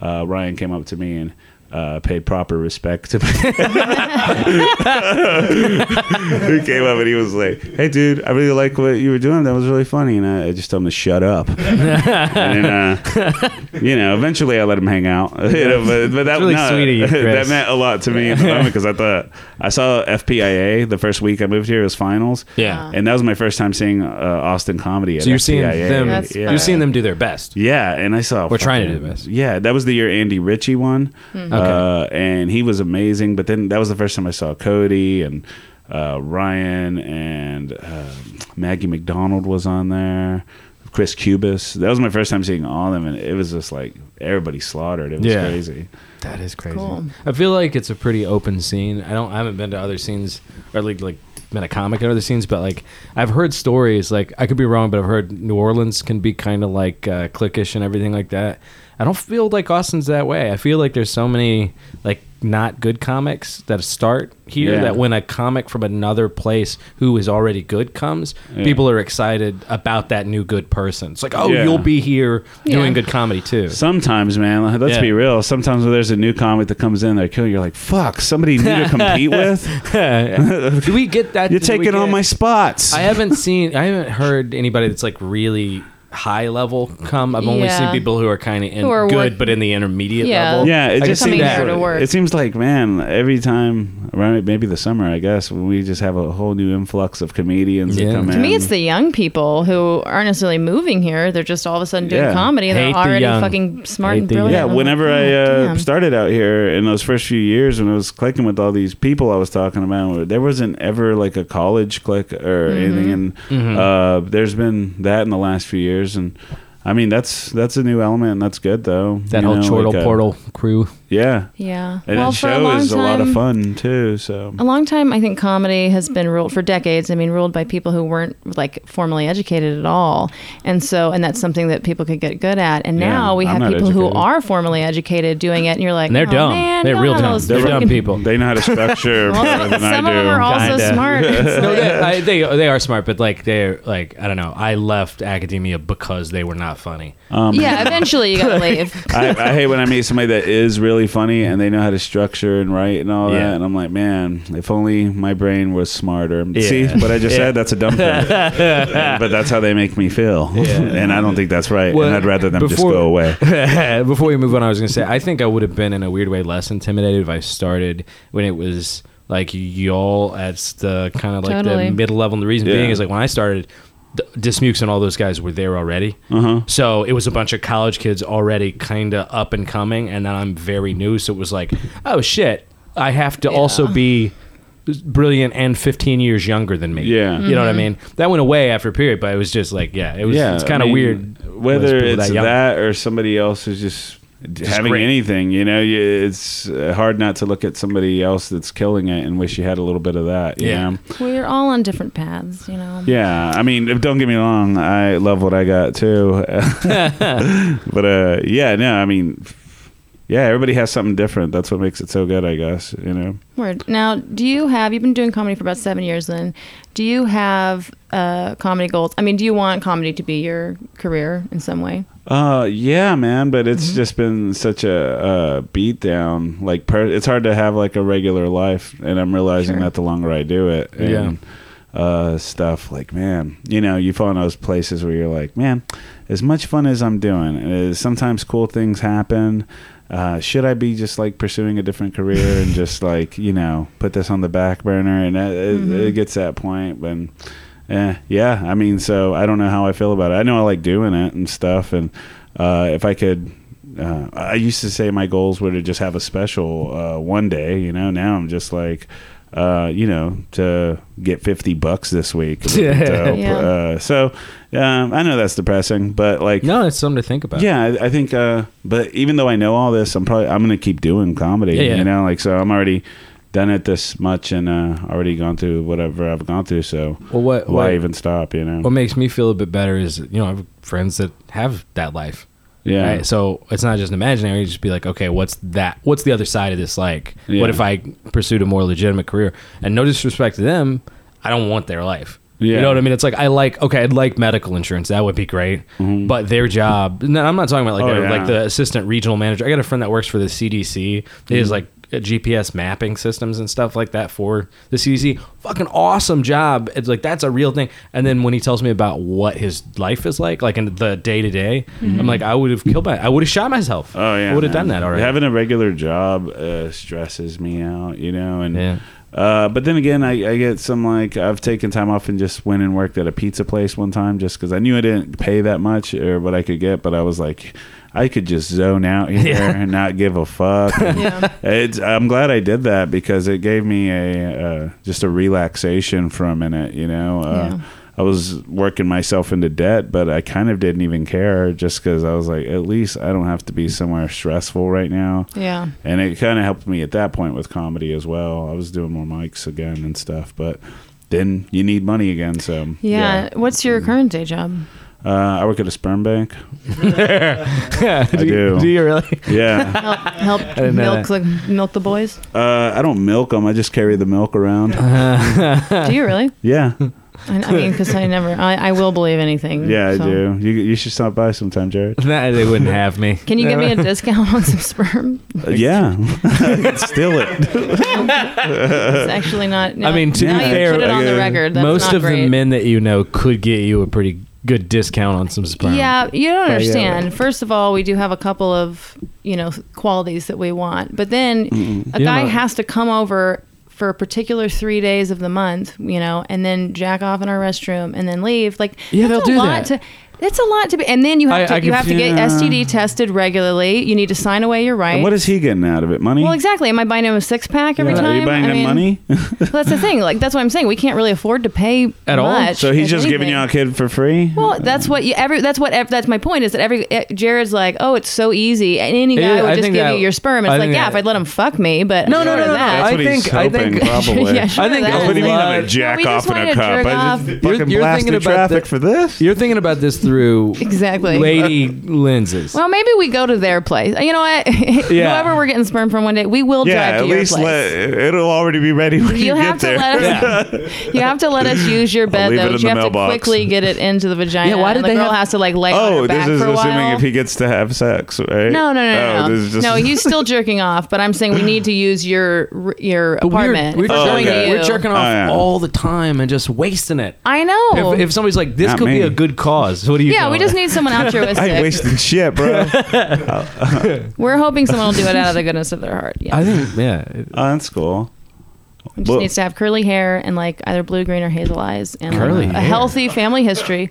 uh, Ryan came up to me and uh, paid proper respect to me. *laughs* he came up and he was like, "Hey, dude, I really like what you were doing. That was really funny." And I, I just told him to shut *laughs* up. and uh, you know, eventually I let him hang out. *laughs* you know, but, but that really no, sweet of *laughs* you, that Chris. meant a lot to me at the moment because I thought I saw FPIA the first week I moved here. It was finals. Yeah. And that was my first time seeing uh, Austin comedy. At So you're FPIA. seeing them. That's yeah. You're seeing them do their best. Yeah, and I saw. We're trying to fucking- do this. Yeah, that was the year Andy Ritchie won, uh, and he was amazing. But then that was the first time I saw Cody and uh, Ryan and uh, Maggie McDonald was on there. Chris Cubis. That was my first time seeing all of them, and it was just like everybody slaughtered. It was Yeah. crazy. That is crazy. Cool. I feel like it's a pretty open scene. I don't. I haven't been to other scenes, or like like been a comic at other scenes, but like I've heard stories. Like I could be wrong, but I've heard New Orleans can be kind of like uh, cliquish and everything like that. I don't feel like Austin's that way. I feel like there's so many like not good comics that start here Yeah. that when a comic from another place who is already good comes, Yeah. people are excited about that new good person. It's like, oh, Yeah. you'll be here Yeah. doing good comedy too. Sometimes, man, let's Yeah. be real. Sometimes when there's a new comic that comes in, they're killing. You're like, fuck, somebody new *laughs* to compete with. Do we get that? You're Do we taking all get- my spots. I haven't seen. I haven't heard anybody that's like really high level come. I've only Yeah. seen people who are kind of in Who are good, work- but in the intermediate Yeah. level. Yeah, it I just can see seems coming here like, to work. it seems like man, every time around maybe the summer, I guess, when we just have a whole new influx of comedians that Yeah. come To in. To me, it's the young people who aren't necessarily moving here. They're just all of a sudden doing Yeah. comedy and Hate they're the already young. fucking smart Hate and the young. brilliant. yeah, I'm like, whenever "Oh, I uh, damn." started out here in those first few years when I was clicking with all these people I was talking about, there wasn't ever like a college click or Mm-hmm. anything. And uh, there's been that in the last few years, and I mean that's that's a new element, and that's good though. That You whole know, chortle like, uh, portal crew. yeah. yeah. And well, that for a show long is time, a lot of fun too. So A long time, I think comedy has been ruled for decades. I mean, ruled by people who weren't like formally educated at all, and so and that's something that people could get good at. And Yeah, now we I'm have not people who educated. are formally educated doing it, and you're like, And they're "Oh, dumb. man, they're none real of dumb. those They're dumb fucking- people. They know how to *laughs* structure better than Some I of do. them are also Kinda. *laughs* smart. It's No, like- they, I, they they are smart, but like they're like I don't know. I left academia because they were not funny. *laughs* yeah, Um, eventually you *laughs* gotta leave. I, I hate when I meet somebody that is really funny and they know how to structure and write and all Yeah. that. And I'm like, man, if only my brain was smarter. See Yeah. what I just Yeah. said? That's a dumb thing. *laughs* but that's how they make me feel. *laughs* and I don't think that's right. Well, and I'd rather them just before- go away. Before we move on, I was going to say I think I would have been in a weird way less intimidated if I started when it was like y'all at the kind of like Totally. the mid level. And the reason Yeah. being is like when I started, D- Dismukes and all those guys were there already. Uh-huh. So it was a bunch of college kids already kind of up and coming, and then I'm very new, so it was like, oh shit, I have to also be brilliant and 15 years younger than me. Yeah. You know what I mean? That went away after a period, but it was just like, *laughs* yeah, it was yeah, it's I kind of mean, weird Whether when people it's that, young. or somebody else is just, having great. anything, you know, you, it's uh, hard not to look at somebody else that's killing it and wish you had a little bit of that. You Yeah. know? We're all on different paths, you know. Yeah, I mean, don't get me wrong. I love what I got *laughs* too, but uh, yeah, no, I mean, yeah, everybody has something different. That's what makes it so good, I guess. You know, Word. Now, do you have? You've been doing comedy for about seven years. Then, do you have uh, comedy goals? I mean, do you want comedy to be your career in some way? uh, yeah, man. But it's just been such a, uh beat down. Like, per- it's hard to have like a regular life, and I'm realizing Sure. that the longer I do it, and, Yeah. Uh, stuff like man, you know, you fall in those places where you're like, man, as much fun as I'm doing, uh, sometimes cool things happen. Uh, should I be just like pursuing a different career and just like you know put this on the back burner? And it, it, it gets that point when, eh, yeah. I mean, so I don't know how I feel about it. I know I like doing it and stuff, and uh, if I could uh, I used to say my goals were to just have a special uh, one day. You know, now I'm just like, uh, you know, to get 50 bucks this *laughs* week. would be dope. Yeah. Uh, so um, I know that's depressing, but like, No, it's something to think about. yeah, I, I think. Uh, but even though I know all this, I'm probably I'm gonna keep doing comedy. Yeah, yeah. You know, like so I'm already done it this much and uh, already gone through whatever I've gone through. So Well, what why what, even stop? You know. what makes me feel a bit better is you know I have friends that have that life. yeah. Right? So it's not just imaginary. You just be like, okay, what's that? What's the other side of this like? Yeah. What if I pursued a more legitimate career? And no disrespect to them, I don't want their life. Yeah. You know what I mean? It's like I like okay, I'd like medical insurance. That would be great. Mm-hmm. But their job, no, I'm not talking about like Oh, their- yeah. like the assistant regional manager. I got a friend that works for the CDC. He Mm-hmm. is like uh, GPS mapping systems and stuff like that for the CDC. Fucking awesome job. It's like that's a real thing. And then when he tells me about what his life is like, like in the day to day, Mm-hmm. I'm like, I would have killed my, I would have shot myself. Oh yeah, I would have done man. that already. Having a regular job uh, stresses me out, you know, and Yeah. uh, but then again, I, I get some like I've taken time off and just went and worked at a pizza place one time just because I knew I didn't pay that much or what I could get, but I was like, I could just zone *laughs* out here and not give a fuck. Yeah. It's, I'm glad I did that because it gave me a uh, just a relaxation for a minute. You know, uh, Yeah. I was working myself into debt, but I kind of didn't even care just because I was like, at least I don't have to be somewhere stressful right now. Yeah. And it kind of helped me at that point with comedy as well. I was doing more mics again and stuff, but then you need money again. So Yeah. What's Mm. your current day job? yeah. Uh, I work at a sperm *laughs* bank. *laughs* do, do. You, do you really? *laughs* Yeah, Help, help didn't know milk, the, milk *laughs* the boys. uh, I don't milk them. I just carry the milk *laughs* around. *laughs* Do you really? Yeah, I, I mean, because I never, I, I will believe anything. yeah, I so. do. You you should stop by sometime, Jared. *laughs* Nah, they wouldn't have me. Uh, Can you give me a discount on *laughs* some sperm? Uh, yeah, *laughs* steal it. It's actually not. no, I mean, to now be you fair, put it on the uh, record. That's Most not of great. the men that you know could get you a pretty good discount on some sperm. Yeah, you don't yeah, understand. First of all, we do have a couple of you know qualities that we want, but then a You guy know- has to come over for a particular three days of the month, you know, and then jack off in our restroom and then leave. Like, Yeah, that's they'll do a lot that. To, that's a lot to be, and then you have I- to I you have to get confuse- STD tested regularly. You need to sign away your rights. And what is he getting out of it? Money? well, exactly. Am I buying him a six pack every Are time? you buying I him mean, money? *laughs* well, that's the thing. Like that's what I'm saying. We can't really afford to pay At all? much, so he's if just giving anything. y'all a kid for free? Well, that's what you every. That's what ev- that's my point is that every eh, Jared's like, oh, it's so easy, and any guy Yeah, would I just think give that- you your sperm. It's I like, think yeah, that- if I'd let him fuck me, but No, no, no, short of no, no. *laughs* that. that's I what he's think- I hoping, think- probably. *laughs* Yeah, sure. I think that's- What do you mean Uh, I'm no, a jack we just off in wanted a to cup? jerk I off. just You're- fucking you're blast thinking through about traffic the- for this? You're thinking about this through Exactly. lady lenses. Well, maybe we go to their place. You know what? *laughs* Yeah. Whoever we're getting sperm from one day, we will yeah, drive at to your least place. let, it'll already be ready when you, you get have to there. *laughs* let *laughs* us. You have to let us use your bed leave it though. in but the You have mailbox. to quickly get it into the vagina. *laughs* Yeah, why and did the they girl have- has to like lay on oh, this her back is for a assuming while? if he gets to have sex, right? No, no, no, Oh, no. this is just- No, he's still jerking off, but I'm saying we need to use your your apartment. We're, we're, for Oh, jerking, showing okay. you. we're jerking off Oh, yeah. all the time and just wasting it. I know. If, if somebody's like, this Not could me. be a good cause, what do you? yeah, know? we just need someone *laughs* *laughs* altruistic. I ain't wasting shit, *laughs* bro. oh, We're hoping someone will do it out of the goodness of their heart. Yeah, I think yeah. that's cool. It just Well- needs to have curly hair and like either blue, green, or hazel eyes, and like, Curly a hair. healthy family history.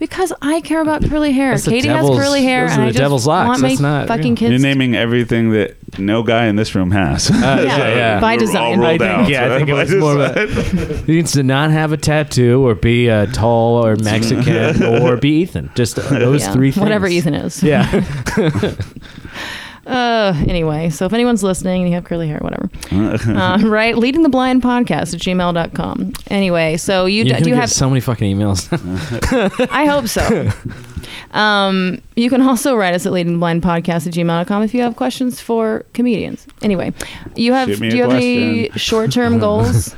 Because I care about curly hair. That's the Katie has devil's- curly hair, those are and the I just devil's locks. want That's my not fucking real. kids. You're naming everything that no guy in this room has. *laughs* yeah, yeah, yeah. Uh, by We're design. All rolled I think- out. yeah, I think *laughs* it By was more of design. *laughs* He needs to not have a tattoo or be uh, *laughs* tall or Mexican or be Ethan. *laughs* Just uh, those Yeah, three things. whatever Ethan is. *laughs* Yeah. Uh, anyway, so if anyone's listening and you have curly hair, *laughs* whatever. uh, right? Leading the blind podcast at gmail.com. Anyway, so you, You're do, gonna do you get have, so many fucking emails. *laughs* *laughs* I hope so. um, you can also write us at leading the blind podcast at gmail.com if you have questions for comedians. Anyway, you have, Shoot do me you a have any question. *laughs* short term goals?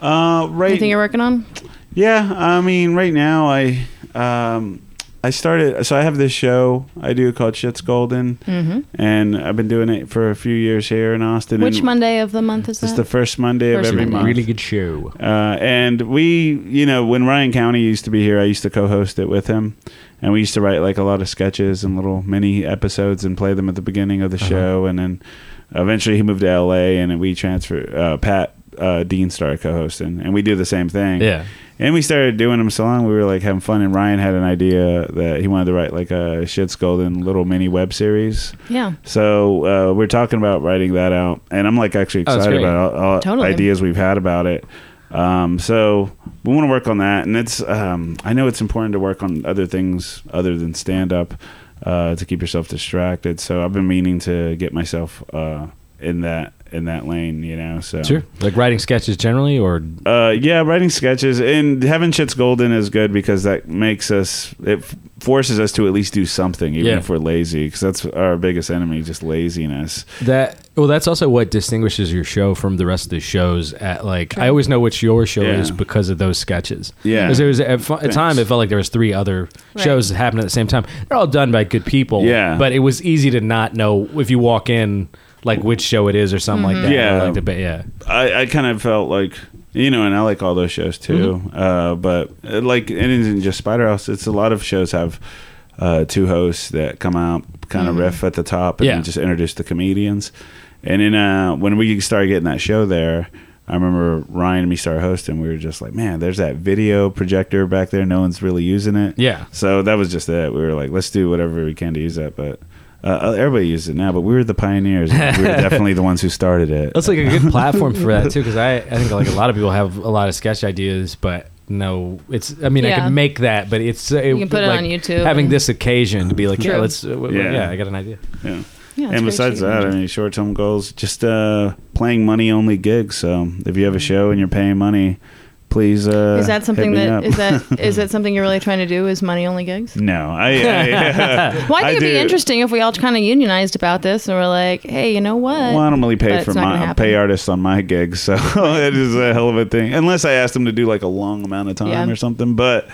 Uh, right. Anything you're working on? Yeah, I mean, right now I um, I started. So I have this show I do called Shit's Golden, Mhm. and I've been doing it for a few years here in Austin. Which and Monday of the month is It's that? the first Monday First of every Monday. month. really good show. Uh, and we, you know, when Ryan County used to be here, I used to co-host it with him, and we used to write like a lot of sketches and little mini episodes and play them at the beginning of the show, and then eventually he moved to L.A. and we transferred. Uh, Pat uh, Dean started co-hosting, and we do the same thing. Yeah. And we started doing them so long, we were like having fun. And Ryan had an idea that he wanted to write like a Shit's Golden little mini web series. Yeah. So uh, we're talking about writing that out, and I'm like actually Oh, that's excited great. about all, all Totally. ideas we've had about it. Um, so we want to work on that, and it's um, I know it's important to work on other things other than stand up uh, to keep yourself distracted. So I've been meaning to get myself uh, in that in that lane, you know. So Sure. Like writing sketches generally, or uh, yeah, writing sketches and having shit's golden is good because that makes us it f- forces us to at least do something, even Yeah. if we're lazy, because that's our biggest enemy, just laziness. that. Well, that's also what distinguishes your show from the rest of the shows. At like, I always know what your show Yeah. is because of those sketches. Yeah. because there was at fu- a time it felt like there was three other Right. shows that happened at the same time. They're all done by good people. Yeah. but it was easy to not know if you walk in like which show it is or something like that. Mm-hmm. Yeah. Or, like the, ba- yeah. I, I kind of felt like you know, and I like all those shows too. Mm-hmm. Uh, but uh, like, it isn't just Spider House. It's a lot of shows have uh, two hosts that come out, kind of riff at the top, and Mm-hmm. Yeah. just introduce the comedians. And then uh, when we started getting that show there, I remember Ryan and me started hosting. We were just like, man, there's that video projector back there. No one's really using it. Yeah. So that was just it. We were like, let's do whatever we can to use that, but. Uh, everybody uses it now, but we were the pioneers. we were *laughs* definitely the ones who started it. That's like a good platform for that too, because I, I think like a lot of people have a lot of sketch ideas, but no, it's I mean I Yeah. can make that, but it's uh, it, can put it like, on YouTube Having and- this occasion to be like, yeah, True. let's, uh, w- w- Yeah. yeah. I got an idea. Yeah. Yeah, it's and great besides shit. that, I mean, short term goals, just uh, playing money only gigs. So if you have a show and you're paying money, please. Uh, Is that something hit me that up. is that is that something you're really trying to do? Is money only gigs? *laughs* No, I. *laughs* I *laughs* Well, I think I it'd do. be interesting if we all kind of unionized about this and we're like, hey, you know what? well, I don't really pay But for it's not gonna my happen. pay artists on my gigs, so *laughs* it is a hell of a thing. Unless I ask them to do like a long amount of time Yeah. or something, but.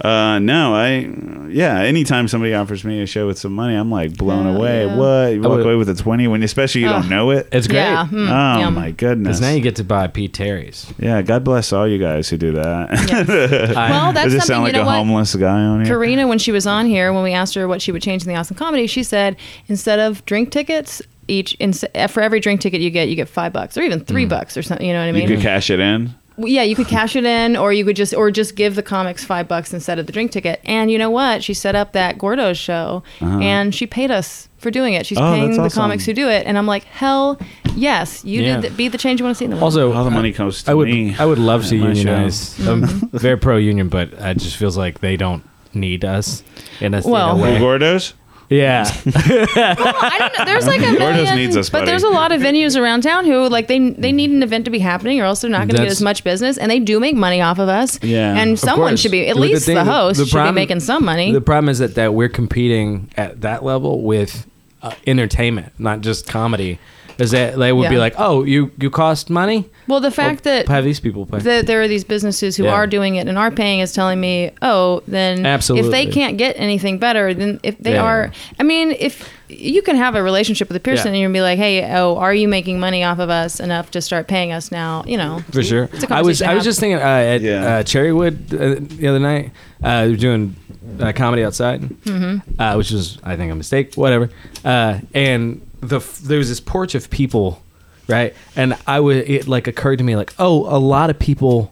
Uh no, I yeah. Anytime somebody offers me a show with some money, I'm like blown Oh, away. yeah. What you I walk would- away with a twenty when especially you Ugh. don't know it. It's great. Yeah. mm, oh yum. my Because goodness! now you get to buy Pete Terry's. Yeah, God bless all you guys who do that. *laughs* Well, that's Does this something sound like you know a what? homeless guy on here? Karina, when she was on here, when we asked her what she would change in the Austin comedy, she said instead of drink tickets, each in, for every drink ticket you get, you get five bucks or even three bucks or something. You know what I Hmm. You mean? could cash it in. Well, yeah, you could cash it in, or you could just or just give the comics five bucks instead of the drink ticket. And you know what? She set up that Gordo show, and she paid us for doing it. She's Oh, paying that's the awesome. comics who do it, and I'm like, hell yes, you Yeah. did th- be the change you want to see in the world. Also, All the I- money comes to I would me. I would love to at my show. unionize. I'm Mm-hmm. very pro union, but it just feels like they don't need us in a, in a Well- Who, way. Gordos? *laughs* Yeah, *laughs* I don't know. There's like a Gordo's million, needs us, but buddy. there's a lot of venues around town who like they they need an event to be happening, or else they're not going to get That's- as much business, and they do make money off of us. Yeah. and Of someone course. should be at But least the, thing- host should problem- be making some money. The problem is that, that we're competing at that level with uh, entertainment, not just comedy. Is that they would be Yeah. like, oh, you you cost money? well, the fact Well, that have these people play. that there are these businesses who Yeah. are doing it and are paying is telling me, oh, then if Absolutely. they can't get anything better, then if they Yeah. are, I mean, if you can have a relationship with a person Yeah. and you'll be like, hey, oh, are you making money off of us enough to start paying us now? You know, *laughs* for sure. It's a I was I conversation to was have. just thinking uh, at Yeah. uh, Cherrywood uh, the other night. Uh, they were doing uh, comedy outside, Mm-hmm. uh, which was I think a mistake. Whatever. Uh, and the f- there was this porch of people, right? And I would it like occurred to me like, oh, a lot of people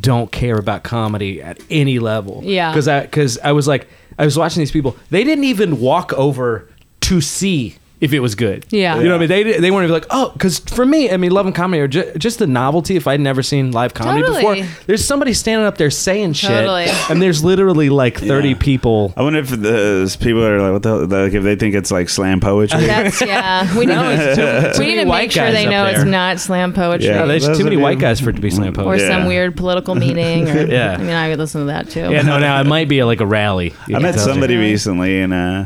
don't care about comedy at any level. Yeah. Because I because I was like I was watching these people. They didn't even walk over to see. If it was good, Yeah. you know what I mean. They they weren't even like, oh, because for me, I mean, love and comedy are ju- just the novelty. If I'd never seen live comedy Totally. before, there's somebody standing up there saying shit, Totally. and there's literally like 30 Yeah. people. I wonder if those people are like, what the hell? Like, if they think it's like slam poetry. *laughs* That's yeah. We need, *laughs* we need many to white make sure guys they up know it's there. not slam poetry. Yeah, Yeah, there's those too many would be- white guys for it to be slam or poetry. Yeah. some *laughs* weird political meeting. Or, Yeah. I mean, I would listen to that too. Yeah, no, no, it might be like a rally. I met somebody recently, and uh,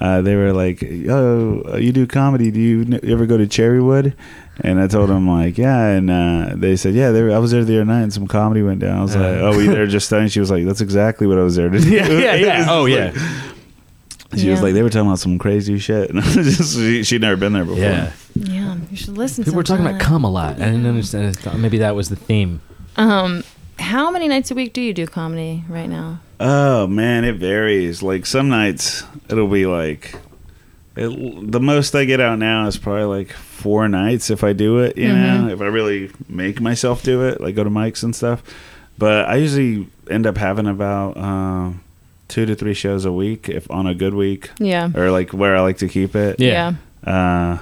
uh, they were like, "Oh, you do comedy? Do you, n- you ever go to Cherrywood?" And I told them like, "Yeah," and uh, they said, "Yeah." They were, I was there the other night, and some comedy went down. I was like, "Oh, we there just studying?" She was like, "That's exactly what I was there *laughs* to do." Uh. *laughs* Yeah, yeah, yeah. Oh, yeah, She was Yeah. like, "They were talking about some crazy shit." *laughs* And I was just, she, she'd never been there before. yeah. Yeah, you should listen. People were talking about sometime. cum a lot. I didn't understand. I thought maybe that was the theme. Um, how many nights a week do you do comedy right now? Oh man, it varies. Like some nights it'll be like it, the most I get out now is probably like four Mm-hmm. nights if I do it. You know, if I really make myself do it, like go to mics and stuff. But I usually end up having about uh, two to three shows a week if on a good week Yeah. or like where I like to keep it. Yeah. Uh,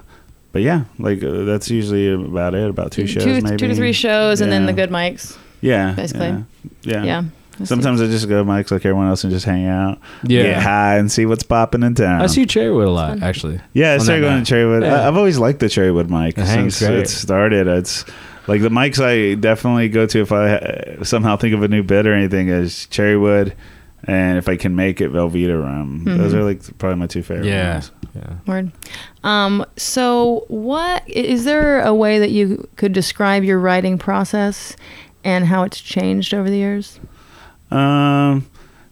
but yeah, like uh, that's usually about it. About two shows, two, maybe two to three shows, and then Yeah. the good mics. Yeah, basically. Yeah, yeah. Yeah. Sometimes I just go to mics like everyone else and just hang out, Yeah. get high, and see what's popping in town. I see Cherrywood a lot, actually. Yeah, I on started that going night. to Cherrywood. Yeah. I, I've always liked the Cherrywood mic The hang's since great. it started. It's like the mics I definitely go to if I uh, somehow think of a new bit or anything is Cherrywood, and if I can make it, Velveeta Room. Mm-hmm. Those are like probably my two favorite. Yeah. ones. yeah. Word. Um, so, what i- is there a way that you could describe your writing process and how it's changed over the years? Um,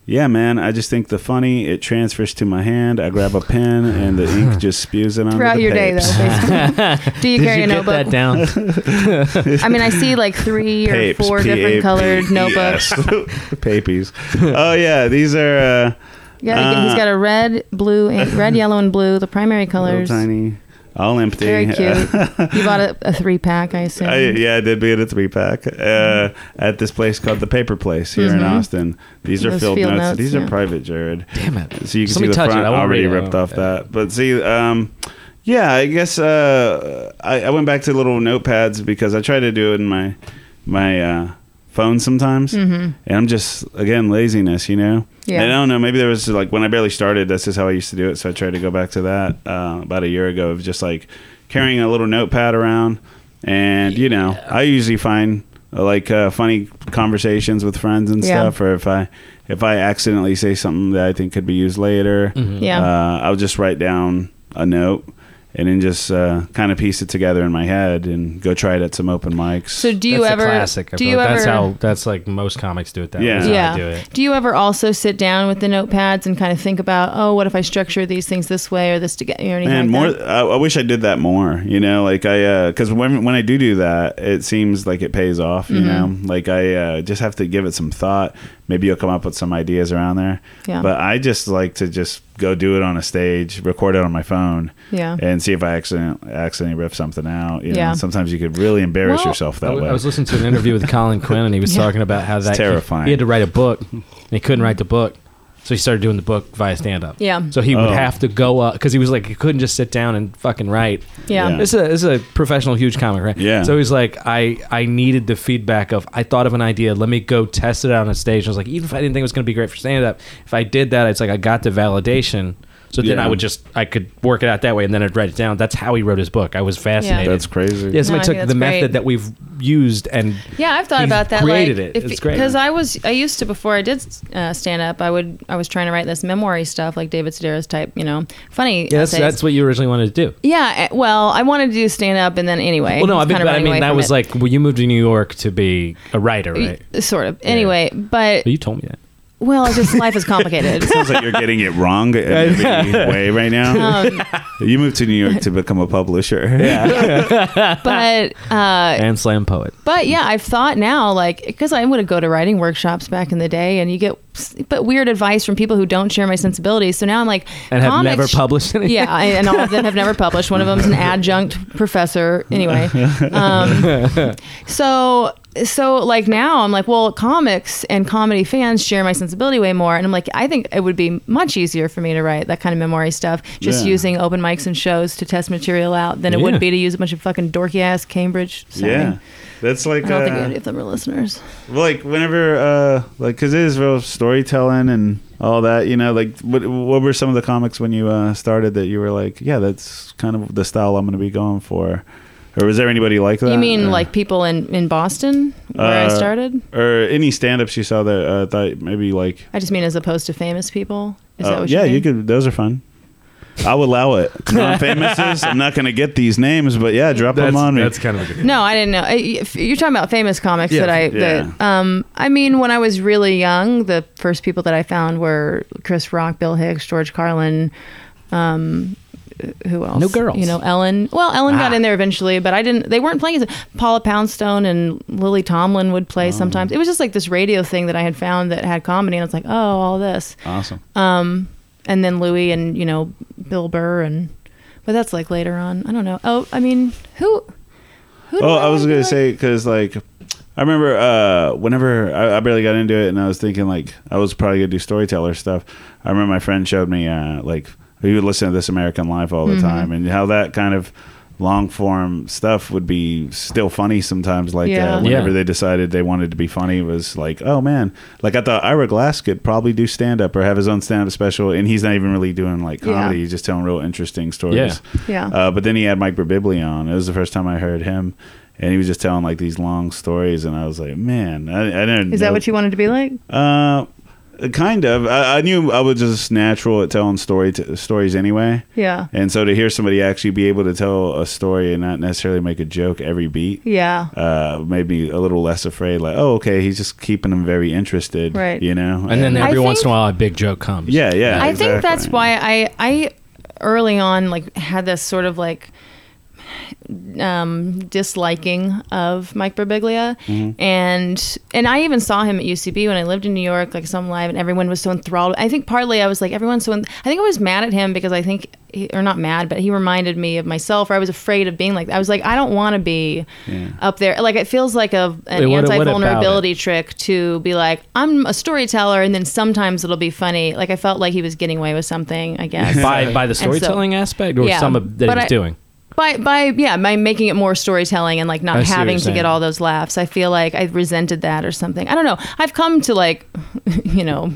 yeah, man. I just think the funny it transfers to my hand. I grab a pen and the *laughs* ink just spews it on Throughout the your day, page. though, basically. do you Did carry you a get that notebook? down? *laughs* I mean, I see like three or Papes, four different colored notebooks. E *laughs* Papies. Oh yeah, these are uh, Yeah, he's Ah. got a red, blue, and red, yellow, and blue, the primary little colors. tiny, all empty. *laughs* Very cute. you bought a, a three pack, I assume. I, yeah, I did be in a three pack uh, at this place called the Paper Place here in Mhm. Austin. These are Mm-hmm. Those filled field notes. notes, These yeah. are private, Jared. Damn it. So you can Somebody see the touch it. front I won't already read it. ripped off Yeah. that. But see, um, yeah, I guess uh, I, I went back to little notepads because I try to do it in my my uh, phone sometimes, mm-hmm. and I'm just again laziness, you know. Yeah. And I don't know. Maybe there was like when I barely started, this is how I used to do it. So I tried to go back to that uh, about a year ago of just like carrying a little notepad around, and you know, I usually find uh, like uh, funny conversations with friends and Yeah. stuff, or if I if I accidentally say something that I think could be used later, Yeah. uh, I'll just write down a note and then just uh, kind of piece it together in my head and go try it at some open mics. so do you that's ever? a classic. I do feel you like ever? that's how that's like most comics do it that Yeah. way. That's how yeah. I do it. you ever also sit down with the notepads and kind of think about, oh, what if I structure these things this way or this together or anything Man, like more. that? I, I wish I did that more. You know, like I, because when when I do do that, it seems like it pays off. You Mm-hmm. know, like I uh, just have to give it some thought. Maybe you'll come up with some ideas around there. Yeah. But I just like to just go do it on a stage, record it on my phone, Yeah. and see if I accident accidentally riff something out. You Yeah. know, sometimes you could really embarrass Well, yourself I that w- way. I was listening to an interview with Colin Quinn, and he *laughs* was talking about how that he- terrifying. He, had to write a book, and he couldn't write the book, so he started doing the book via stand up. Yeah. So he would Oh. have to go up because he was like he couldn't just sit down and fucking write. Yeah. Yeah. This is a, this is a professional huge comic, right? Yeah. So he's like, I I needed the feedback of I thought of an idea. Let me go test it out on a stage. I was like, even if I didn't think it was going to be great for stand up, if I did that, it's like I got the validation. So then Yeah. I would just I could work it out that way, and then I'd write it down. That's how he wrote his book. I was fascinated. That's crazy. Yeah, No, I somebody think took that's the great. method that we've used and Yeah, I've thought He's about that. created like, it. It's great. Because I was, I used to before I did uh, stand up. I would, I was trying to write this memoir stuff, like David Sedaris type, you know, funny. yeah, that's, essays. that's what you originally wanted to do. Yeah, eh, well, I wanted to do stand up, and then anyway. Well, no, was I mean, kind of but I running mean away that from was it. like well, you moved to New York to be a writer, right? sort of. Anyway, but But you told me that. well, it's just life is complicated. *laughs* Sounds like you're getting it wrong in every way right *laughs* now. um, you moved to New York to become a publisher. Yeah. but uh, And slam poet. but yeah, I've thought now like because I would go to writing workshops back in the day, and you get s- but weird advice from people who don't share my sensibilities. So now I'm like And have comics never sh- published anything. Yeah, I, and all of them have never published. One *laughs* of them's an adjunct professor. Anyway, um, so so like now I'm like, well, comics and comedy fans share my sensibility way more, and I'm like, I think it would be much easier for me to write that kind of memoir stuff, just Yeah. using open mics and shows to test material out, than it Yeah. would be to use a bunch of fucking dorky ass Cambridge. *laughs* sounding- Yeah. That's like I don't think uh, any of them are listeners. Well, like whenever uh like because it is real storytelling and all that you know like what, what were some of the comics when you uh started that you were like yeah that's kind of the style i'm gonna be going for or was there anybody like that You mean or, like people in, in Boston where I Uh, started? or any stand-ups you saw that uh thought maybe like I just mean as opposed to famous people. Is oh, that what yeah you mean? you could those are fun i will allow *laughs* it non-famouses i'm not gonna get these names but yeah drop them on me kind of a good. No, I didn't know. I- if You're talking about famous comics Yeah. that I. Yeah. That, um, I mean, when I was really young, the first people that I found were Chris Rock, Bill Hicks, George Carlin. Um, who else? No girls. You know, Ellen. Well, Ellen got Ah. in there eventually, but I didn't. They weren't playing. Paula Poundstone and Lily Tomlin would Oh. play sometimes. It was just like this radio thing that I had found that had comedy, and I was like, oh, all this. awesome Um, and then Louis and you know Bill Burr and, but that's like later on. I don't know. Oh, I mean, who? who do Oh, I was really gonna like? say because like I remember uh, whenever I, I barely got into it, and I was thinking like I was probably gonna do storyteller stuff. I remember my friend showed me uh, like he would listen to This American Life all the Mm-hmm. time, and how that kind of long form stuff would be still funny sometimes. Like Yeah. that, whenever Yeah. they decided they wanted to be funny, it was like oh man, like I thought Ira Glass could probably do stand up or have his own stand up special, and he's not even really doing like Yeah. comedy; he's just telling real interesting stories. Yeah. Uh, but then he had Mike Birbiglia on. It was the first time I heard him, and he was just telling like these long stories, and I was like, man, I, I didn't. Is that what you wanted to be like? Uh, kind of. I, I knew I was just natural at telling story t- stories anyway, Yeah. and so to hear somebody actually be able to tell a story and not necessarily make a joke every beat. Yeah. Uh, made me a little less afraid. Like, oh, okay, he's just keeping them very interested, Right. You know, And then I every once think- in a while, a big joke comes. yeah, yeah. I think that's exactly. why I I early on like had this sort of like um disliking of Mike Birbiglia Mm-hmm. and and I even saw him at UCB when I lived in New York like some live and everyone was so enthralled I think partly I was like everyone's so en- I think I was mad at him because I think he, or not mad but he reminded me of myself or I was afraid of being like I was like I don't want to be up there like it feels like a an Wait, what- what about anti-vulnerability it? comedy trick to be like, I'm a storyteller, and then sometimes it'll be funny. Like I felt like he was getting away with something, I guess. *laughs* *laughs* By by the so- storytelling aspect, or Yeah. some of that But he's I- doing. by by yeah, by making it more storytelling and like I not see what having you're to get saying. all those laughs. I feel like I resented that or something. I don't know. I've come to like, *laughs* you know,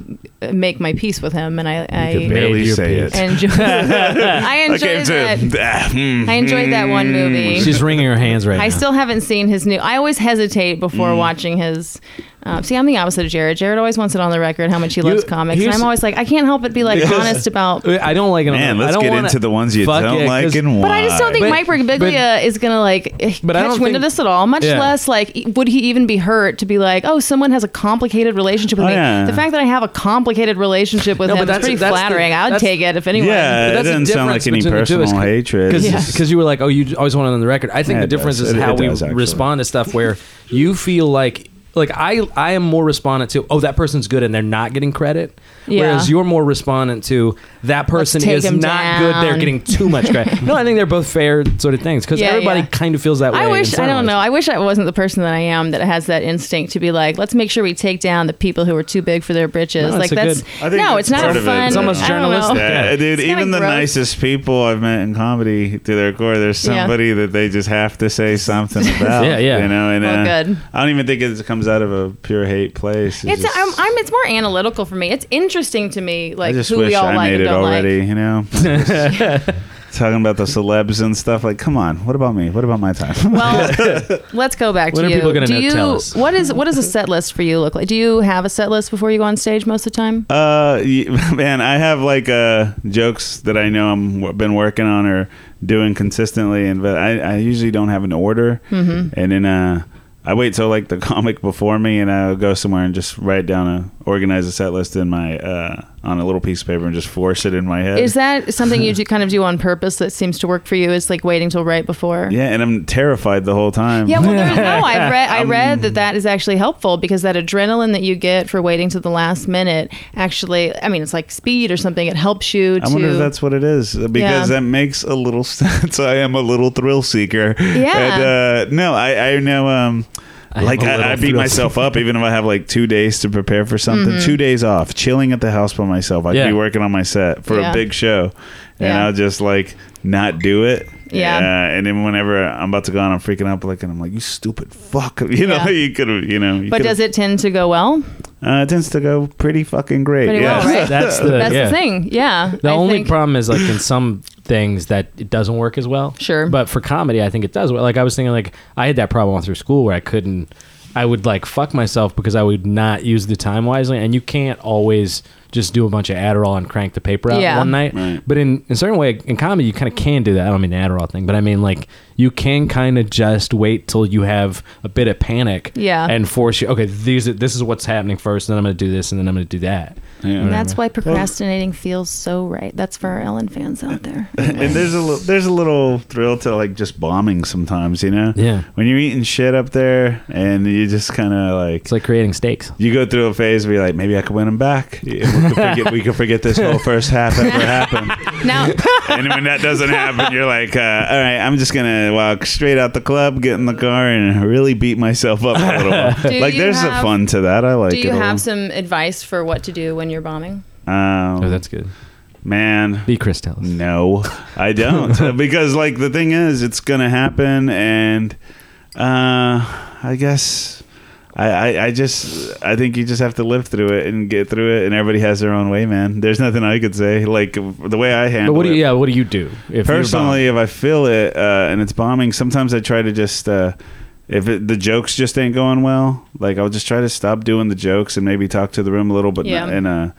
make my peace with him, and I, You I barely Made your say peace. it. enjoy. *laughs* *laughs* I I enjoyed came to. that. Ah, *laughs* hmm. I enjoyed *laughs* that one movie. She's wringing her hands right now. I still haven't seen his new. I always hesitate before Mm. watching his. Uh, see, I'm the opposite of Jared. Jared always wants it on the record how much he loves comics, and here's- I'm always like, I can't help but be like *laughs* honest about. But I don't like it. Ah, Man, I let's don't get wanna- into the ones you Fuck don't yeah, like 'cause- and why. I just don't think But- Mike Birbiglia is gonna like eh, But I catch don't wind think- of this at all. Much Yeah. less like, e, would he even be hurt to be like, oh, someone has a complicated relationship with Oh, me? yeah. The fact that I have a complicated relationship with No, him but is that's- pretty that's the- flattering. I would that's- take it if anyone. Yeah, But it that's the doesn't sound difference like any between the two is personal c- hatred. *laughs* Because It's *laughs* just- you were like, oh, you always want it on the record. I Yeah, think the it difference does. is It- how it we does, actually. respond to stuff where *laughs* you feel like, like I, I am more respondent to, oh, that person's good and they're not getting credit. Yeah. Whereas you're more respondent to that person take is him not good. They're down. getting too much *laughs* credit. no, I think they're both fair sort of things because Yeah, everybody yeah. kind of feels that way. I wish I don't internalized. know. I wish I wasn't the person that I am that has that instinct to be like, let's make sure we take down the people who are too big for their britches. No, it's like a that's good- I think no, that's it's not part a of it. fun. It's almost I don't journalistic. know. Yeah, Yeah. dude, kinda even the gross. nicest people I've met in comedy to their core, there's Yeah. somebody that they just have to say *laughs* something about. Yeah, yeah. You know, and Well, uh, good. I don't even think it comes out of a pure hate place. It's just- I'm, I'm it's more analytical for me. It's interesting to me I like just who wish we all I like made and it don't already, like. you know? *laughs* Talking about the celebs and stuff. Like, come on, what about me? What about my time? *laughs* Well, let's go back When to are you. people gonna Do know- you tell us? what is what does a set list for you look like? Do you have a set list before you go on stage most of the time? Uh, y- *laughs* man, I have like uh jokes that I know I'm w- been working on or doing consistently, and but I, I usually don't have an order, mm-hmm. and then uh I wait till like the *laughs* comic before me, and I'll go somewhere and just write down a organize a set list in my uh on a little piece of paper and just force it in my head. Is that *laughs* something you do kind of do on purpose that seems to work for you? Is like waiting till right before? yeah, and I'm terrified the whole time. Yeah, well, there's, *laughs* no, I read Um, I read that that is actually helpful because that adrenaline that you get for waiting to the last minute actually, I mean, it's like speed or something. It helps you I to. wonder if that's what it is uh, because Yeah. that makes a little *laughs* sense. I am a little thrill seeker. Yeah. And, uh, no, I, I know. Um, am like a little I, I beat thrill myself up even if I have like two days to prepare for something. Mm-hmm. Two days off, chilling at the house by myself. I'd Yeah. be working on my set for Yeah. a big show, and Yeah. I'll just like not do it. Yeah. Uh, and then whenever I'm about to go on, I'm freaking out, like, and I'm like, "You stupid fuck!" *laughs* You know, Yeah. you could have, you know. You but could've- does it tend to go well? Uh, it tends to go pretty fucking great. Pretty yeah. well, right? That's the, That's yeah. the thing. Yeah. The I only think- problem is like in some things that it doesn't work as well. Sure. But for comedy, I think it does. work. Like I was thinking, like I had that problem all through school where I couldn't. I would like fuck myself because I would not use the time wisely, and you can't always just do a bunch of Adderall and crank the paper out Yeah. one night. But in in a certain way, in comedy, you kind of can do that. I don't mean the Adderall thing, but I mean like you can kind of just wait till you have a bit of panic, Yeah. and force you. Okay, these are- this is what's happening first, and then I'm going to do this, and then I'm going to do that. *laughs* Yeah. And that's why procrastinating feels so right. That's for our Ellen fans *laughs* out there. and there's a little, there's a little thrill to like just bombing sometimes, you know. Yeah. When you're eating shit up there, and you just kind of like, It's like creating steaks. you go through a phase where you're like, maybe I could win them back. We *laughs* could forget, we could forget this whole first half ever happened. Now, And when that doesn't happen, you're like, uh, all right, I'm just gonna walk straight out the club, get in the car, and really beat myself up a little. While. *laughs* Do like, you there's a have- fun to that. I like. do you it a have lot. some advice for what to do when you're bombing? Um, Oh, that's good. man. Be Chris Tellis. No, I *laughs* don't. because like the thing is, it's gonna happen, and uh, I guess I, I I just I think you just have to live through it and get through it, and everybody has their own way, man. There's nothing I could say. Like the way I handle But what do it you? Yeah, what do you do? If you're personally if i feel it uh, and it's bombing sometimes i try to just uh, if it, the jokes just ain't going well like i'll just try to stop doing the jokes and maybe talk to the room a little but Yeah. and uh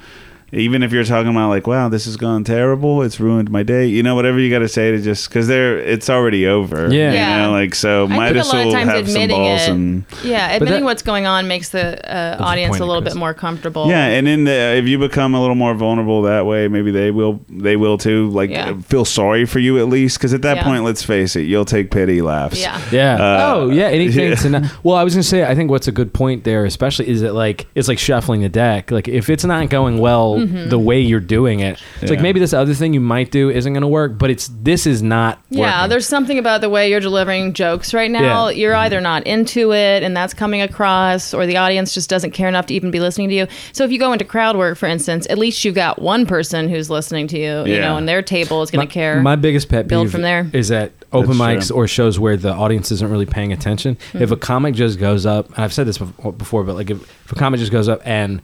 even if you're talking about like wow this has gone terrible it's ruined my day you know whatever you got to say to just because they're it's already over Yeah. you Yeah. know, like so think might a as lot of well times have some admitting balls it- and Yeah, admitting that- what's going on makes the uh, the audience point a of little Chris. bit more comfortable. Yeah, and in the if you become a little more vulnerable that way, maybe they will they will too. Like Yeah. feel sorry for you at least, because at that Yeah. point, let's face it, you'll take pity laughs. Yeah. Yeah. Uh, oh, yeah. Anything yeah. to not. Well, I was gonna say, I think what's a good point there, especially, is that like it's like shuffling the deck. Like if it's not going well Mm-hmm. the way you're doing it, it's like Yeah. maybe this other thing you might do isn't gonna work, but it's this is not. Yeah, working. there's something about the way you're delivering jokes right now. Yeah. Mm-hmm. You're either not into it and that's coming across, or the audience just doesn't care enough to even be listening to you. So if you go into crowd work, for instance, at least you've got one person who's listening to you, you Yeah. know, and their table is going My- to care. My biggest pet peeve Build from there. is that open That's mics true. or shows where the audience isn't really paying attention. Hmm. If a comic just goes up, and I've said this bef- before, but like if, if a comic just goes up and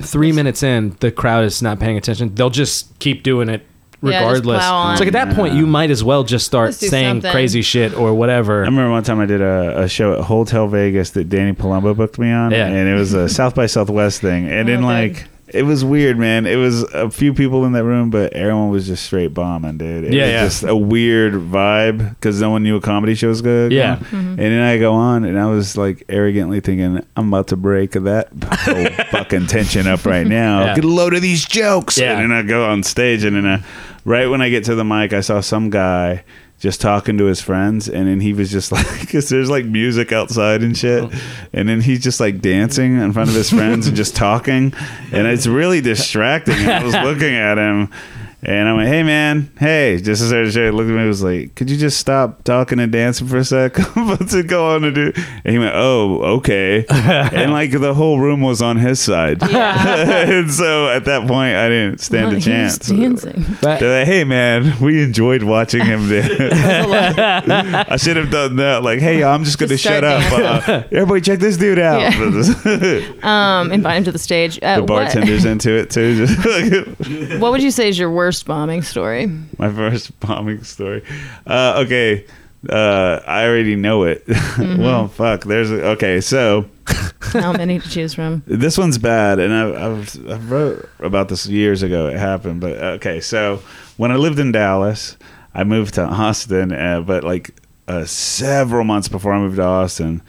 three minutes in, the crowd is not paying attention, they'll just keep doing it Yeah, just regardless. plow on. it's like at that point, you might as well just start Just do saying something. crazy shit or whatever. I remember one time I did a, a show at Hotel Vegas that Danny Palumbo booked me on, Yeah. and it was *laughs* a South by Southwest thing, and Oh, then good. like. It was weird, man. It was a few people in that room, but everyone was just straight bombing, dude. It Yeah, was yeah. just a weird vibe because no one knew a comedy show was good. Yeah. and then I go on, and I was like arrogantly thinking, I'm about to break that whole *laughs* fucking tension up right now. Yeah. Get a load of these jokes. Yeah. and then I go on stage, and then I, right when I get to the mic, I saw some guy just talking to his friends, and then he was just *laughs* like, because there's like music outside and shit, and then he's just like dancing in front of his friends and just talking, and it's really distracting. And I was looking at him. And I went, hey man, hey, just as Eric Jerry looked at me, and was like, could you just stop talking and dancing for a sec? *laughs* What's it go on to do? And he went, oh, okay. and like the whole room was on his side. *laughs* and so at that point, I didn't stand Well, a he's chance. *laughs* dancing. But- They're like, hey man, we enjoyed watching him dance. I should have done that. Like, hey, I'm just gonna Just shut start up. Uh, everybody, check this dude out. Yeah. *laughs* *laughs* the Um, invite him to the stage. Uh, bartender's into it too. Just *laughs* *laughs* What, what would you say is your worst bombing story? my first bombing story. Uh, okay, uh, I already know it. *laughs* Mm-hmm. well, fuck. There's a, okay. So *laughs* How many to choose from? this one's bad, and I, I've, I wrote about this years ago. It happened, but okay. So when I lived in Dallas, I moved to Austin, uh, but like uh, several months before I moved to Austin,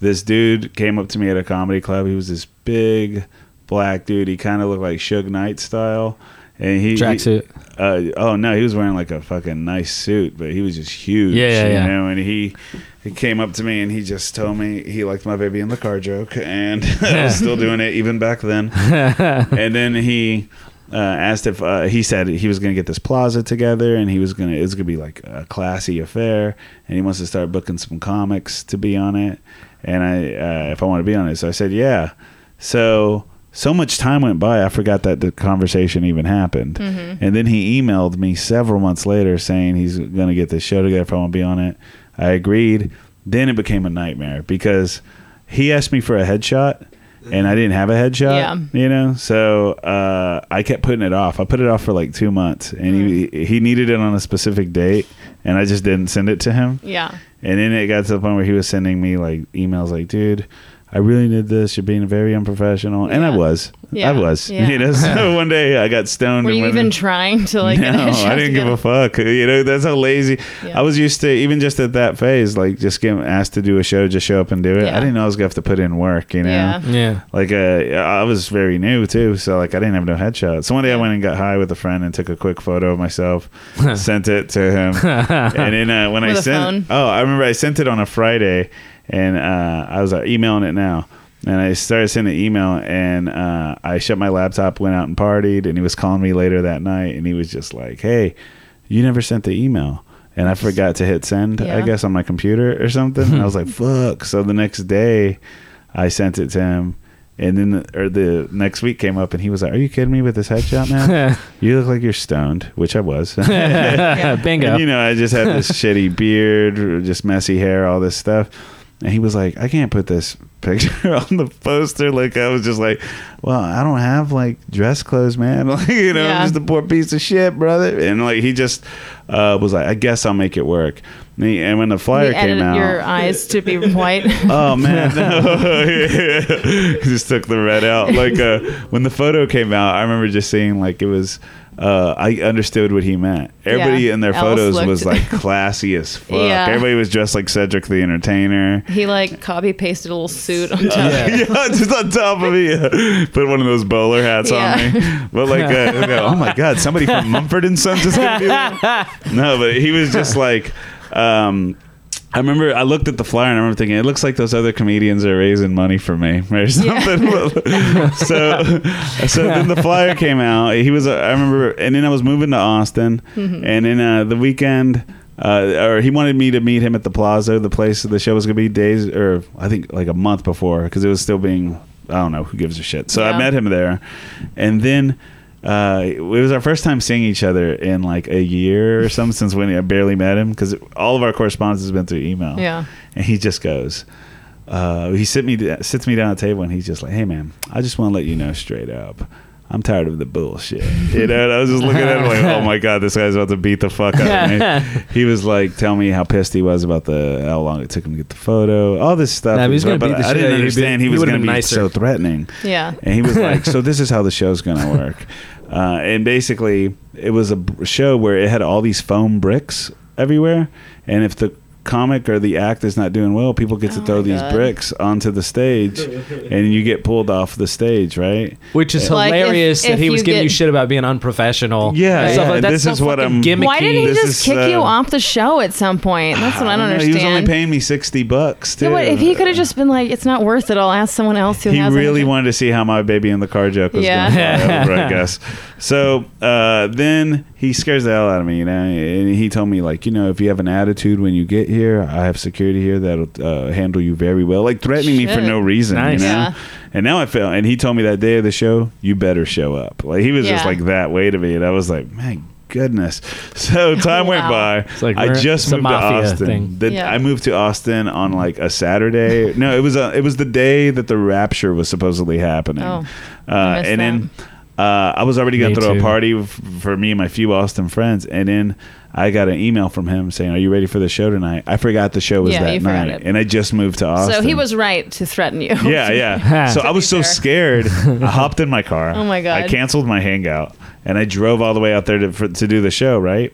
this dude came up to me at a comedy club. He was this big black dude. He kind of looked like Suge Knight style, and he Tracksuit. uh, oh no, he was wearing like a fucking nice suit, but he was just huge. Yeah, yeah, you yeah. know. And he he came up to me and he just told me he liked my baby in the car joke, and *laughs* I was still doing it even back then. and then he. Uh, asked if uh, he said he was going to get this plaza together and he was going to it's going to be like a classy affair and he wants to start booking some comics to be on it and I uh, if I want to be on it so I said yeah so so much time went by, I forgot that the conversation even happened. And then he emailed me several months later saying he's going to get this show together if I want to be on it. I agreed. Then it became a nightmare because he asked me for a headshot and I didn't have a headshot, Yeah. you know? So uh, I kept putting it off. I put it off for like two months and Mm. he, he needed it on a specific date and I just didn't send it to him. Yeah. And then it got to the point where he was sending me like emails like, dude, I really need this. You're being very unprofessional, and I Yeah. was. Yeah. I was. Yeah. You know, *laughs* so one day I got stoned. Were and you went even and- trying to like? *laughs* get no, that I shit didn't give together? a fuck. You know, that's how lazy Yeah. I was used to. Even just at that phase, like just getting asked to do a show, just show up and do it. Yeah. I didn't know I was gonna have to put in work. You know, Yeah. Yeah. like uh, I was very new too, so like I didn't have no headshot. So one day I went and got high with a friend and took a quick photo of myself, sent it to him, and then uh, when With I a sent, oh, I remember I sent it on a Friday, and uh, I was uh, emailing it now. And I started sending an email, and uh, I shut my laptop, went out and partied, and he was calling me later that night, and he was just like, "Hey, you never sent the email." And I forgot to hit send, I Yeah. guess, on my computer or something. And I was like, fuck. So the next day, I sent it to him, and then the, or the next week came up, and he was like, "Are you kidding me with this headshot now? you look like you're stoned," which I was. *laughs* Uh, Bingo. And, you know, I just had this shitty beard, just messy hair, all this stuff. And he was like, I can't put this picture *laughs* on the poster. Like, I was just like, well, I don't have like dress clothes, man. *laughs* Like, you know, Yeah. I'm just a poor piece of shit, brother. And like, he just uh, was like, I guess I'll make it work. And, he- and when the You flyer came edited out, your eyes to be white. *laughs* Oh *laughs* man, no. He just took the red out. Like uh, when the photo came out, I remember just seeing like it was. Uh, I understood what he meant. Everybody Yeah. in their Else photos looked- was like classy as fuck. Yeah. Everybody was dressed like Cedric the Entertainer. he like copy pasted a little suit on top. *laughs* Yeah. just on top of me. *laughs* Put one of those bowler hats on me. But like, *laughs* uh, no, oh my god, somebody from Mumford and Sons is gonna be there. No, but he was just like, um, I remember I looked at the flyer and I remember thinking it looks like those other comedians are raising money for me or something. so, so then the flyer came out. He was uh, I remember, and then I was moving to Austin, and then uh, the weekend. Uh, or he wanted me to meet him at the plaza, the place the show was gonna be days, or I think like a month before, because it was still being I don't know who gives a shit. So I Yeah. met him there, and then uh, it was our first time seeing each other in like a year or *laughs* something since when I barely met him because all of our correspondence has been through email. Yeah. and he just goes. Uh, he sit me sits me down at the table and he's just like, "Hey man, I just want to let you know straight up, I'm tired of the bullshit." *laughs* You know, and I was just looking at him like, "Oh my god, this guy's about to beat the fuck out of *laughs* me." He was like, "Tell me how pissed he was about the how long it took him to get the photo, all this stuff." Nah, but he's gonna But beat the I shit didn't out of you. He'd be- understand he he was would've going to been be nicer. so threatening. Yeah. And he was like, "So this is how the show's going *laughs* to work." Uh, and basically, it was a b- show where it had all these foam bricks everywhere, and if the comic or the act is not doing well, people get to Oh throw my these God. bricks onto the stage, and you get pulled off the stage, right? Which is Like, if- hilarious if that he was you giving you get- shit about being unprofessional. Yeah, and yeah, stuff like and that's this so is what fucking I'm- gimmicky. Why didn't he This just is, kick you uh, off the show at some point? That's what I don't know, understand. *sighs* He was only paying me sixty bucks too. Yeah, but if he could have just been like, "It's not worth it," I'll ask someone else who he has. really it." wanted to see how my baby in the car joke was Yeah. going to *laughs* fly over, I guess. So uh, then he scares the hell out of me, you know. And he told me like, you know, if you have an attitude when you get here, I have security here that'll uh, handle you very well. Like threatening me for Shit. no reason, Nice. you know. Yeah. And now I feel. And he told me that day of the show, you better show up. Like he was just Yeah. like that way to me, and I was like, man. Goodness. So time went by. Wow. like I we're- just it's a moved to mafia Austin. thing. The- Yeah. I moved to Austin on like a Saturday. no, it was a, it was the day that the rapture was supposedly happening. Oh, I uh, missed and then uh, I was already going Me to throw too. a party f- for me and my few Austin friends, and then I got an email from him saying, "Are you ready for the show tonight?" I forgot the show was Yeah, that you forgot night, it. and I just moved to Austin. So he was right to threaten you. *laughs* Yeah, *laughs* yeah. So I was so fair. scared. I hopped in my car. *laughs* Oh my God. I canceled my hangout and I drove all the way out there to for, to do the show. Right.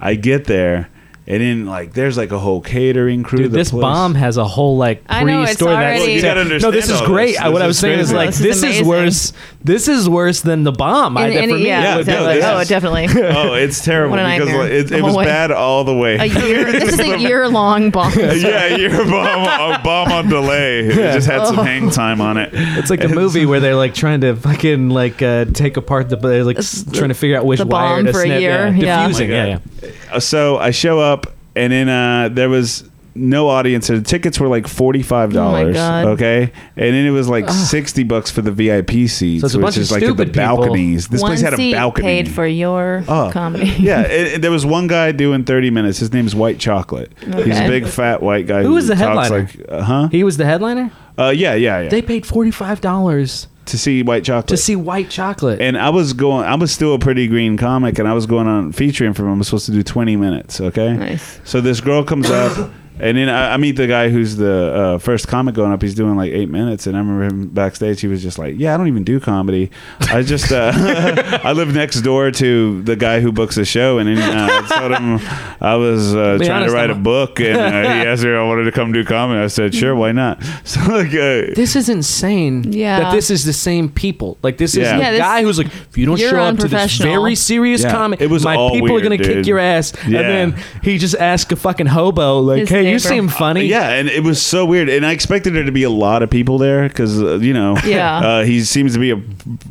I get there and then like there's like a whole catering crew. Dude, the this place- bomb has a whole like I know, it's pre-story that already- Well, you gotta no, understand this is all great. this. I- what This I is was saying is crazy. like This this, is is amazing. worse. This is worse than the bomb. I And- that and- for me. yeah, it would be no, like, this oh, is- definitely. *laughs* *laughs* Oh, it's terrible What a because nightmare. like, it, it Oh, was wait. bad all the way. A year. this is a year long bomb. *laughs* yeah, a year bomb, a bomb on delay. It just had Oh. some hang time on it. It's like the movie where they're like trying to fucking like uh, take apart the they're like s- trying to figure out which the wire bomb to for a snip. year, yeah. Yeah, diffusing. Oh my Yeah, God. yeah. Uh, so I show up, and then uh, there was no audience. The tickets were like forty five dollars. Oh my God. okay, and then it was like sixty bucks for the VIP seats, So it's a which bunch is of like at the stupid people. balconies. This One place had a seat balcony. paid for your Oh. comedy. *laughs* yeah, it, it- there was one guy doing thirty minutes. His name's White Chocolate. He's a Okay. big fat white guy. Who was the talks headliner? Like, uh, huh? He was the headliner. Uh, yeah, yeah, yeah. They paid forty five dollars to see White Chocolate. to see White Chocolate. and I was going. I was still a pretty green comic, and I was going on featuring for him. I was supposed to do twenty minutes. Okay. Nice. *coughs* So this girl comes up And then I, I meet the guy who's the uh, first comic going up. He's doing like eight minutes, and I remember him backstage. He was just like, "Yeah, I don't even do comedy. I just uh, *laughs* I live next door to the guy who books the show." And then uh, I told him I was uh, Be trying honest, to write I'm- a book, and uh, *laughs* he asked me if I wanted to come do comedy. I said, "Sure, why not?" *laughs* So like, uh, This is insane. Yeah. That this is the same people. Like this Yeah. is the Yeah, this- guy who's like, if you don't You're show up to this unprofessional. very serious Yeah. comic, It was my all people weird, are gonna dude. kick your ass. Yeah. And then he just asked a fucking hobo, like, His hey, you neighbor. seem funny. Yeah, and it was so weird. And I expected there to be a lot of people there because uh, you *laughs* know, Yeah. uh, he seems to be a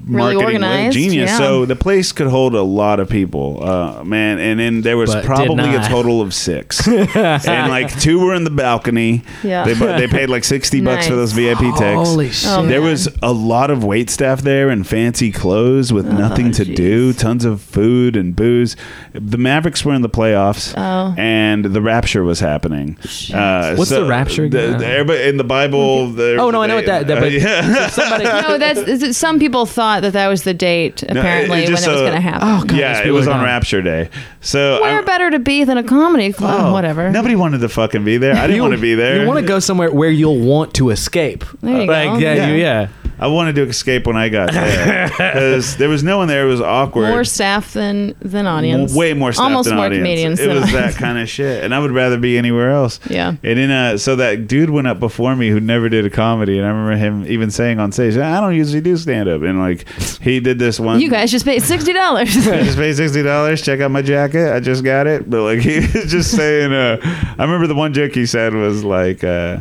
marketing organized, genius. yeah. So the place could hold a lot of people, uh, man. And then there was But did probably a not. total of *laughs* six, and like two were in the balcony. Yeah. they bu- they paid like sixty bucks for Nice. those VIP tickets. Holy shit. Oh, There man. was a lot of wait staff there in fancy clothes Oh, with nothing to do, tons of food and booze. The Mavericks were in the playoffs, Oh. and the Rapture was happening. Uh, What's the Rapture the- again? the- everybody in the Bible. there- Oh, no, I know what that- that- uh, *laughs* but- yeah. *laughs* no, that's is it, some people thought that that was the date apparently just, when it was uh, going to happen. oh, God, those yeah, it people was are on gone. Rapture Day. So Where I- better to be than a comedy club? oh, whatever. Nobody wanted to fucking be there. I didn't You- want to be there. You want to go somewhere where you'll want to escape. There you like, go. Yeah, Yeah. You, yeah. I wanted to escape when I got *laughs* there because there was no one there. It was awkward. More staff than than audience. Way more staff Almost than more audience. comedians. It than was that audience. kind of shit, and I would rather be anywhere else. Yeah. And then uh, so that dude went up before me who never did a comedy, and I remember him even saying on stage, "I don't usually do stand up," and like he did this one. You guys just paid *laughs* sixty dollars. I *laughs* just paid sixty dollars. Check out my jacket. I just got it. But like *laughs* he was just saying, uh, I remember the one joke he said was like, uh,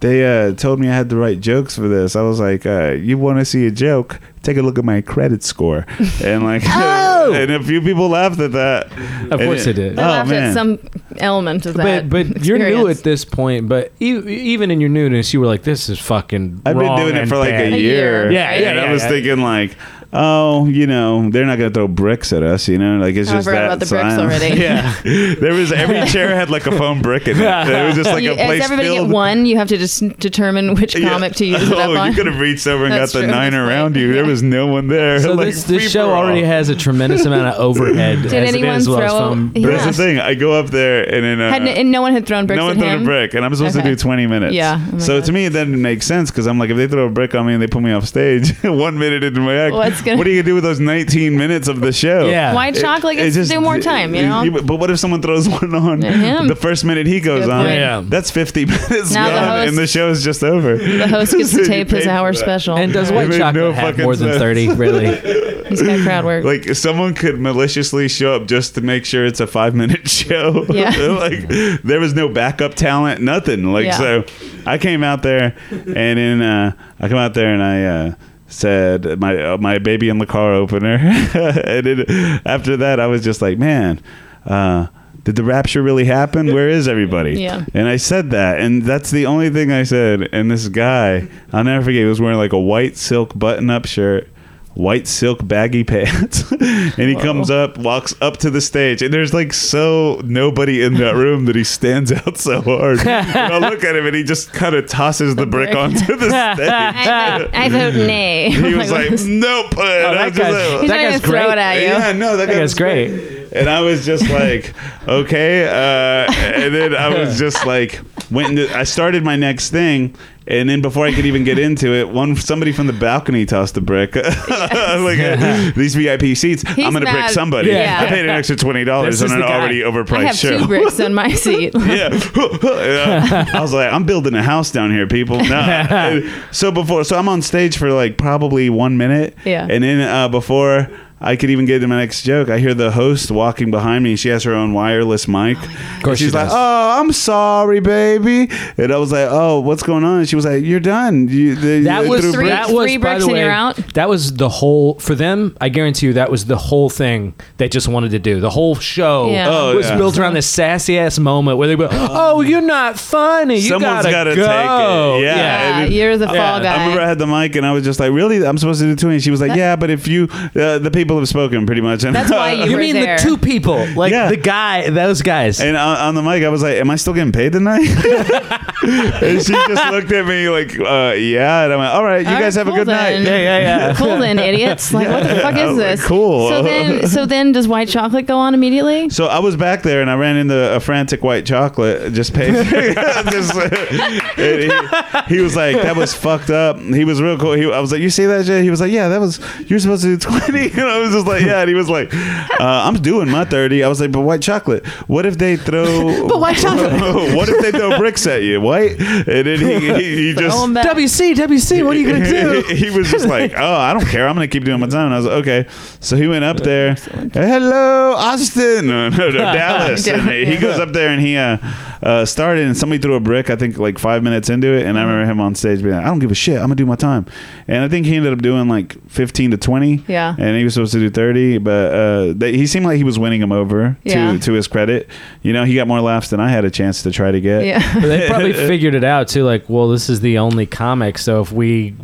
"They uh, told me I had to write jokes for this." I was like, uh, "You want to see a joke? Take a look at my credit score." And like, *laughs* and a few people laughed at that. Of And course it- they did. I oh Oh! laughed man, at some element of But that. *laughs* but you're new experience. at this point. But e- even in your newness, you were like, this is fucking. I've been wrong doing it and for like bad. a A year. year. Yeah, yeah, And I yeah, was yeah. thinking like, oh, you know, they're not gonna throw bricks at us. You know, like it's Oh, I just forgot that about the bricks silence. *laughs* already. Yeah. There was *laughs* every chair had like a foam brick in it. It was just like You- a place Does everybody filled. get one? You have to just determine which *laughs* Yeah. comic *laughs* to use it up oh, on. you could have reached over and That's got the true. nine That's around right. *laughs* you. There Yeah. was no one there. So *laughs* Like, this, this free show for all. already has a tremendous amount of overhead. Did as it anyone is, as well as throw- phone. Yeah. But that's the thing. I go up there and then uh, Had n- and no one had thrown bricks no one at threw him. a brick, and I'm supposed Okay. to do 20 minutes. Yeah. Oh my so God. to me, it doesn't make sense because I'm like, if they throw a brick on me and they put me off stage, *laughs* one minute into my act, What's gonna- what are you gonna do with those 19 minutes of the show? Yeah. Why chalk like It- it it's just- do more time? You it- know. But what if someone throws *laughs* one on At him. the first minute he goes Good on? point. Yeah. That's 50 *laughs* minutes Now the gone, host- and the show is just over. *laughs* the host *laughs* gets to tape his hour hours special. And does It *laughs* white made chocolate no have fucking more than sense. *laughs* thirty? Really? He's got crowd work. Like someone could maliciously show up just to make sure it's a five minute *laughs* show. Yeah. like there was no backup talent, nothing. Like Yeah. so I came out there and then uh, I come out there and I uh, said my uh, my baby in the car opener. *laughs* and then after that I was just like, man, uh, did the rapture really happen? Where is everybody? Yeah. And I said that, and that's the only thing I said. And this guy, I'll never forget, he was wearing like a white silk button up shirt, white silk baggy *laughs* pants. and he comes up, walks up to the stage, and there's like so nobody in that room that he stands *laughs* out so hard. and I look at him, and he just kind of tosses *laughs* the brick brick. onto the stage. *laughs* I, vote- I vote nay. *laughs* He was like, *laughs* he's nope. And I Oh, that was guy's- just like, That not gonna guy's throw great. it at you. yeah, no, that guy that's was great. And I was just like, *laughs* okay. Uh, and then I was just like, went into. I started my next thing, and then before I could even get into it, one somebody from the balcony tossed a brick. *laughs* like these VIP seats, I'm gonna brick mad. somebody. Yeah. I paid an extra twenty This dollars on is an the guy. already overpriced I have show. two bricks on my seat. Yeah. Yeah. I was like, I'm building a house down here, people. No. *laughs* And so before, so I'm on stage for like probably one minute. Yeah. And then uh, before I could even get to my next joke, I hear the host walking behind me. and She has her own wireless Oh mic. of course she's she like, does. "Oh, I'm sorry, baby," and I was like, "Oh, what's going on?" And she was like, "You're done." You, they, That they was threw Three- bricks." that was three by bricks the and way, you're out? That was the whole for them. I guarantee you that was the whole thing they just wanted to do. The whole show Yeah. Oh, was yeah. built around this sassy ass moment where *gasps* they go, "Oh, you're not funny. You Someone's gotta, gotta go." take it. *laughs* Yeah. Yeah, *laughs* and it- you're the fall Yeah. guy. I remember I had the mic and I was just like, "Really? I'm supposed to do 20." She was like, "Yeah, but if you uh, the people people have spoken pretty much. And *laughs* That's why you You were mean there. the two people, like Yeah. the guy, those guys. And on, on the mic, I was like, "Am I still getting paid tonight?" *laughs* and she *laughs* just looked at me like, uh, "Yeah." And I'm like, "All right, you All guys right, have a cool good then. night." yeah, *laughs* yeah, yeah. cool then, idiots. Like, what the fuck I is was like, this? cool. So then, so then, does white chocolate go on immediately? So I was back there and I ran into a frantic white chocolate. Just paid. *laughs* *laughs* just, uh, and he, he was like, "That was fucked up." He was real cool. He, I was like, "You see that shit?" He was like, "Yeah, that was. You're supposed to do 20. *laughs* And I was just like, "Yeah." And he was like, uh, "I'm doing my 30. I was like, "But white chocolate. What if they throw? *laughs* But white chocolate. *laughs* what if they throw bricks at you? White?" And then he, he, he just. Throw 'em back. WC, WC, what are you gonna *laughs* do? he was just *laughs* like, "Oh, I don't care. I'm gonna keep doing my time." And I was like, "Okay." So he went up there. Hello, Austin, *laughs* no, *laughs* no, no, Dallas. And he goes up there and he uh, uh, started, and somebody threw a brick. I think like five minutes into it, and I remember him on stage being like, "I don't give a shit. I'm gonna do my time." And I think he ended up doing like 15 to 20. Yeah. And he was supposed to do 30, but uh, they, he seemed like he was winning him over. Yeah. To to his credit, you know, he got more laughs than I had a chance to try to get. Yeah. But *laughs* they probably figured it out too. Like, well, this is the only comic, so if we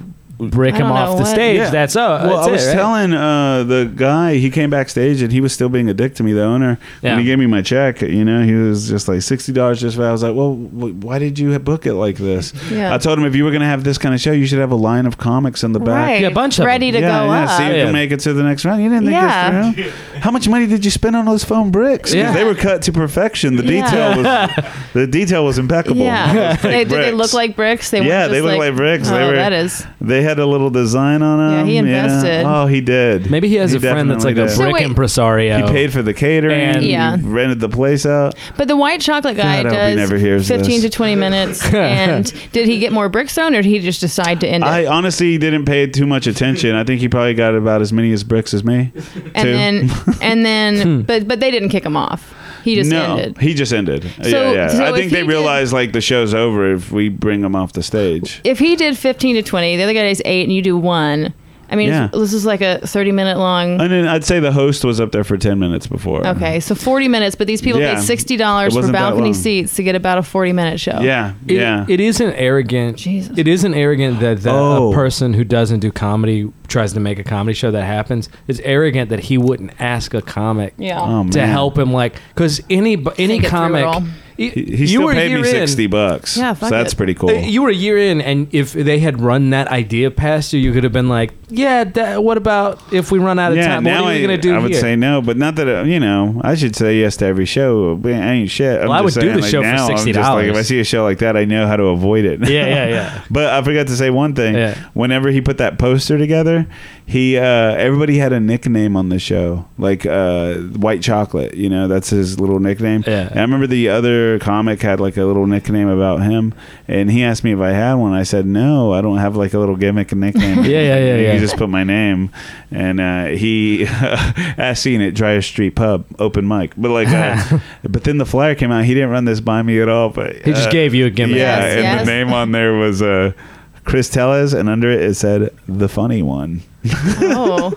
break I him don't off know the what- stage, Yeah. that's oh, Well, that's I was it, right? telling uh, the guy he came backstage and he was still being a dick to me, the owner. Yeah. When he gave me my check, you know, he was just like sixty dollars just for. that." I was like, well, wh- why did you book it like this? Yeah. I told him if you were going to have this kind of show, you should have a line of comics in the back. *laughs* Right. Yeah, a bunch of Ready to yeah, go yeah. up. See if you Yeah. can make it to the next round. You didn't think Yeah. this *laughs* through. How much money did you spend on those foam bricks? 'Cause Yeah. They were cut to perfection. The Yeah. detail *laughs* was the detail was impeccable. Yeah. Those fake They, did they bricks. look like bricks? They weren't Yeah, just they look like bricks. Oh, They were- that is. They had a little design on Yeah, them. he invested. Oh, he did. Maybe he has a friend that's like definitely a did. So brick wait- impresario. He paid for the catering. And- Yeah. Rented the place out. But the white chocolate guy God, I hope he does never hears 15 this. to *laughs* 20 minutes. and did he get more bricks thrown, or did he just decide to end it? I honestly didn't pay too much attention. I think he probably got about as many as bricks as me. and too. *laughs* then, and Hmm. then, but but they didn't kick him off. He just no, ended. he just ended. So- yeah, yeah. so I if think he they did- realized like the show's over if we bring him off the stage. If he did 15 to 20, the other guy is eight, and you do one. I mean, Yeah. this is like a 30 minute long. And then I'd say the host was up there for ten minutes before. Okay, so 40 minutes, but these people Yeah. paid It $60 for wasn't that balcony long. seats to get about a 40 minute show. Yeah, It- yeah. it isn't arrogant. Jesus. It isn't arrogant that, that Oh. a person who doesn't do comedy tries to make a comedy show that happens. It's arrogant that he wouldn't ask a comic Yeah. Oh, man. to help him, like because any any Think it through comic. it all. y- He, he still paid me year in- sixty bucks. Yeah, fuck so that's it. pretty cool. uh, You were a year in, and if they had run that idea past you, you could have been like, "Yeah, that, what about if we run out of time? What are you I, going to do I would here?" say no, but not that uh, you know. I should say yes to every show. but I ain't shit. I'm Well, I just would do saying, the like, show for now, I'm just $60. Like, if I see a show like that, I know how to avoid it. Yeah, yeah, yeah. *laughs* but I forgot to say one thing. Yeah. Whenever he put that poster together, he uh, everybody had a nickname on the show, like uh, White Chocolate. You know, that's his little nickname. Yeah. And I remember the other comic had like a little nickname about him, and he asked me if I had one. I said no, I don't have like a little gimmick nickname. *laughs* Yeah, yeah, yeah, You yeah. just put my name, and uh, he *laughs* I seen it Dryer Street Pub open mic, but like, *laughs* uh, but then the flyer came out. He didn't run this by me at all, but He just uh, gave you a gimmick. yeah, Yes, and yes. the name on there was uh, Chris Tellez, and under it it said the funny one. Oh,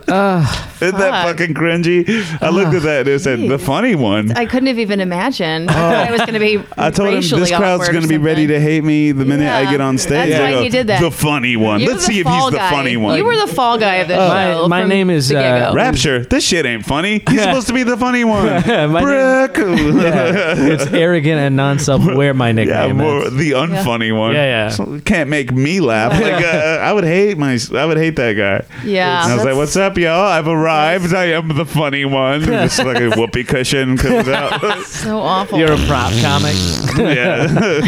Isn't that Fuck. fucking cringy? I looked at that and it said the Jeez. funny one. *laughs* I couldn't have even imagined. I thought I was going to be. Oh. I told him racially this crowd's awkward or going to be ready to something. hate me the minute I Yeah. get on stage. That's I why go, he did that. The funny one. You were Let's the see if he's fall the guy. funny one. Oh. You were the fall guy of this My- show. my from name is, the get-go. uh, Rapture. This shit ain't funny. He's supposed to be the funny one. *laughs* My Brick. Yeah. it's arrogant and non-self-aware. My *laughs* Yeah, nickname. more, is. the unfunny one. Yeah, yeah. So- can't make me laugh. Like uh, I would hate my. I would hate that guy. Yeah. And I was like, That's- "What's up, y'all? I've arrived. I am the funny one." And this *laughs* fucking whoopee cushion comes out. so awful. You're a prop *laughs* comic. yeah,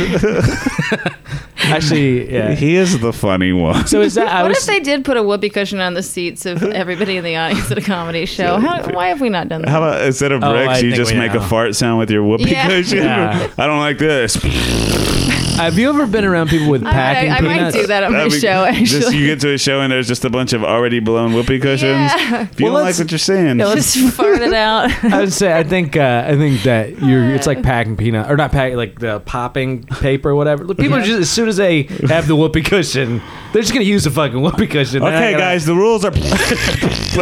Actually, *laughs* yeah. he is the funny one. So is that? I what was, if they did put a whoopee cushion on the seats of everybody in the audience at a comedy show? How, why have we not done that? How about instead of Oh, I bricks, you think just we make know. a fart sound with your whoopee Yeah. cushion? Yeah. I don't like this. Have you ever been around people with I, I, packing I might peanuts? do that on my That'd be- show. Actually, Just you get to a show and there's just a bunch of already blown whoopee cushions. Yeah. If you don't Well, like let's- what you're saying, just fart it out. I would say I think uh, I think that you're it's like packing peanut or not packing like the popping paper or whatever. Look, People are just as soon as they have the whoopee cushion, they're just gonna use the fucking whoopee cushion. They're not Okay, gonna- guys, the *laughs* rules are.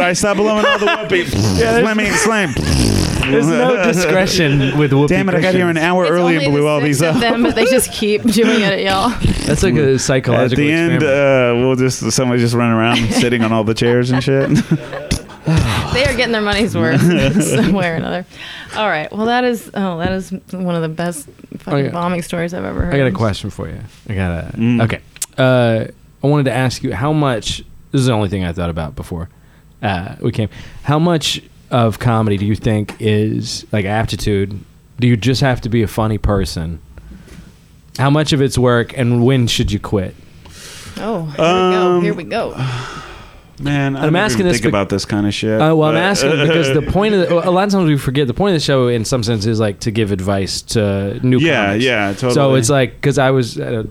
I stop blowing all the whoopee. Let me explain. *laughs* There's no discretion with whoopee. Damn it! I got here an cushions. hour It's early only and blew the all six these uh, of up. Them, but they *laughs* just keep doing it, y'all. That's like a At psychological. the end, experiment. uh, we'll just somebody just run around sitting on all the chairs and shit. they are getting *laughs* their money's worth some way or another. All right. Well, that is oh, that is one of the best fucking Okay. bombing stories I've ever heard. Oh, I got a question for you. I got a Mm. okay. Uh, I wanted to ask you how much. This is the only thing I thought about before uh, we came. How much of comedy do you think is like aptitude? Do you just have to be a funny person? How much of it's work, and when should you quit? Oh, here Um, we go. Here we go. *laughs* Man, I I'm don't asking even this think bec- about this kind of shit. Uh, well, I'm but- asking because *laughs* the point of the, a lot of times we forget the point of the show in some sense is like to give advice to new. Yeah, comics. yeah, totally. So it's like because I was, uh,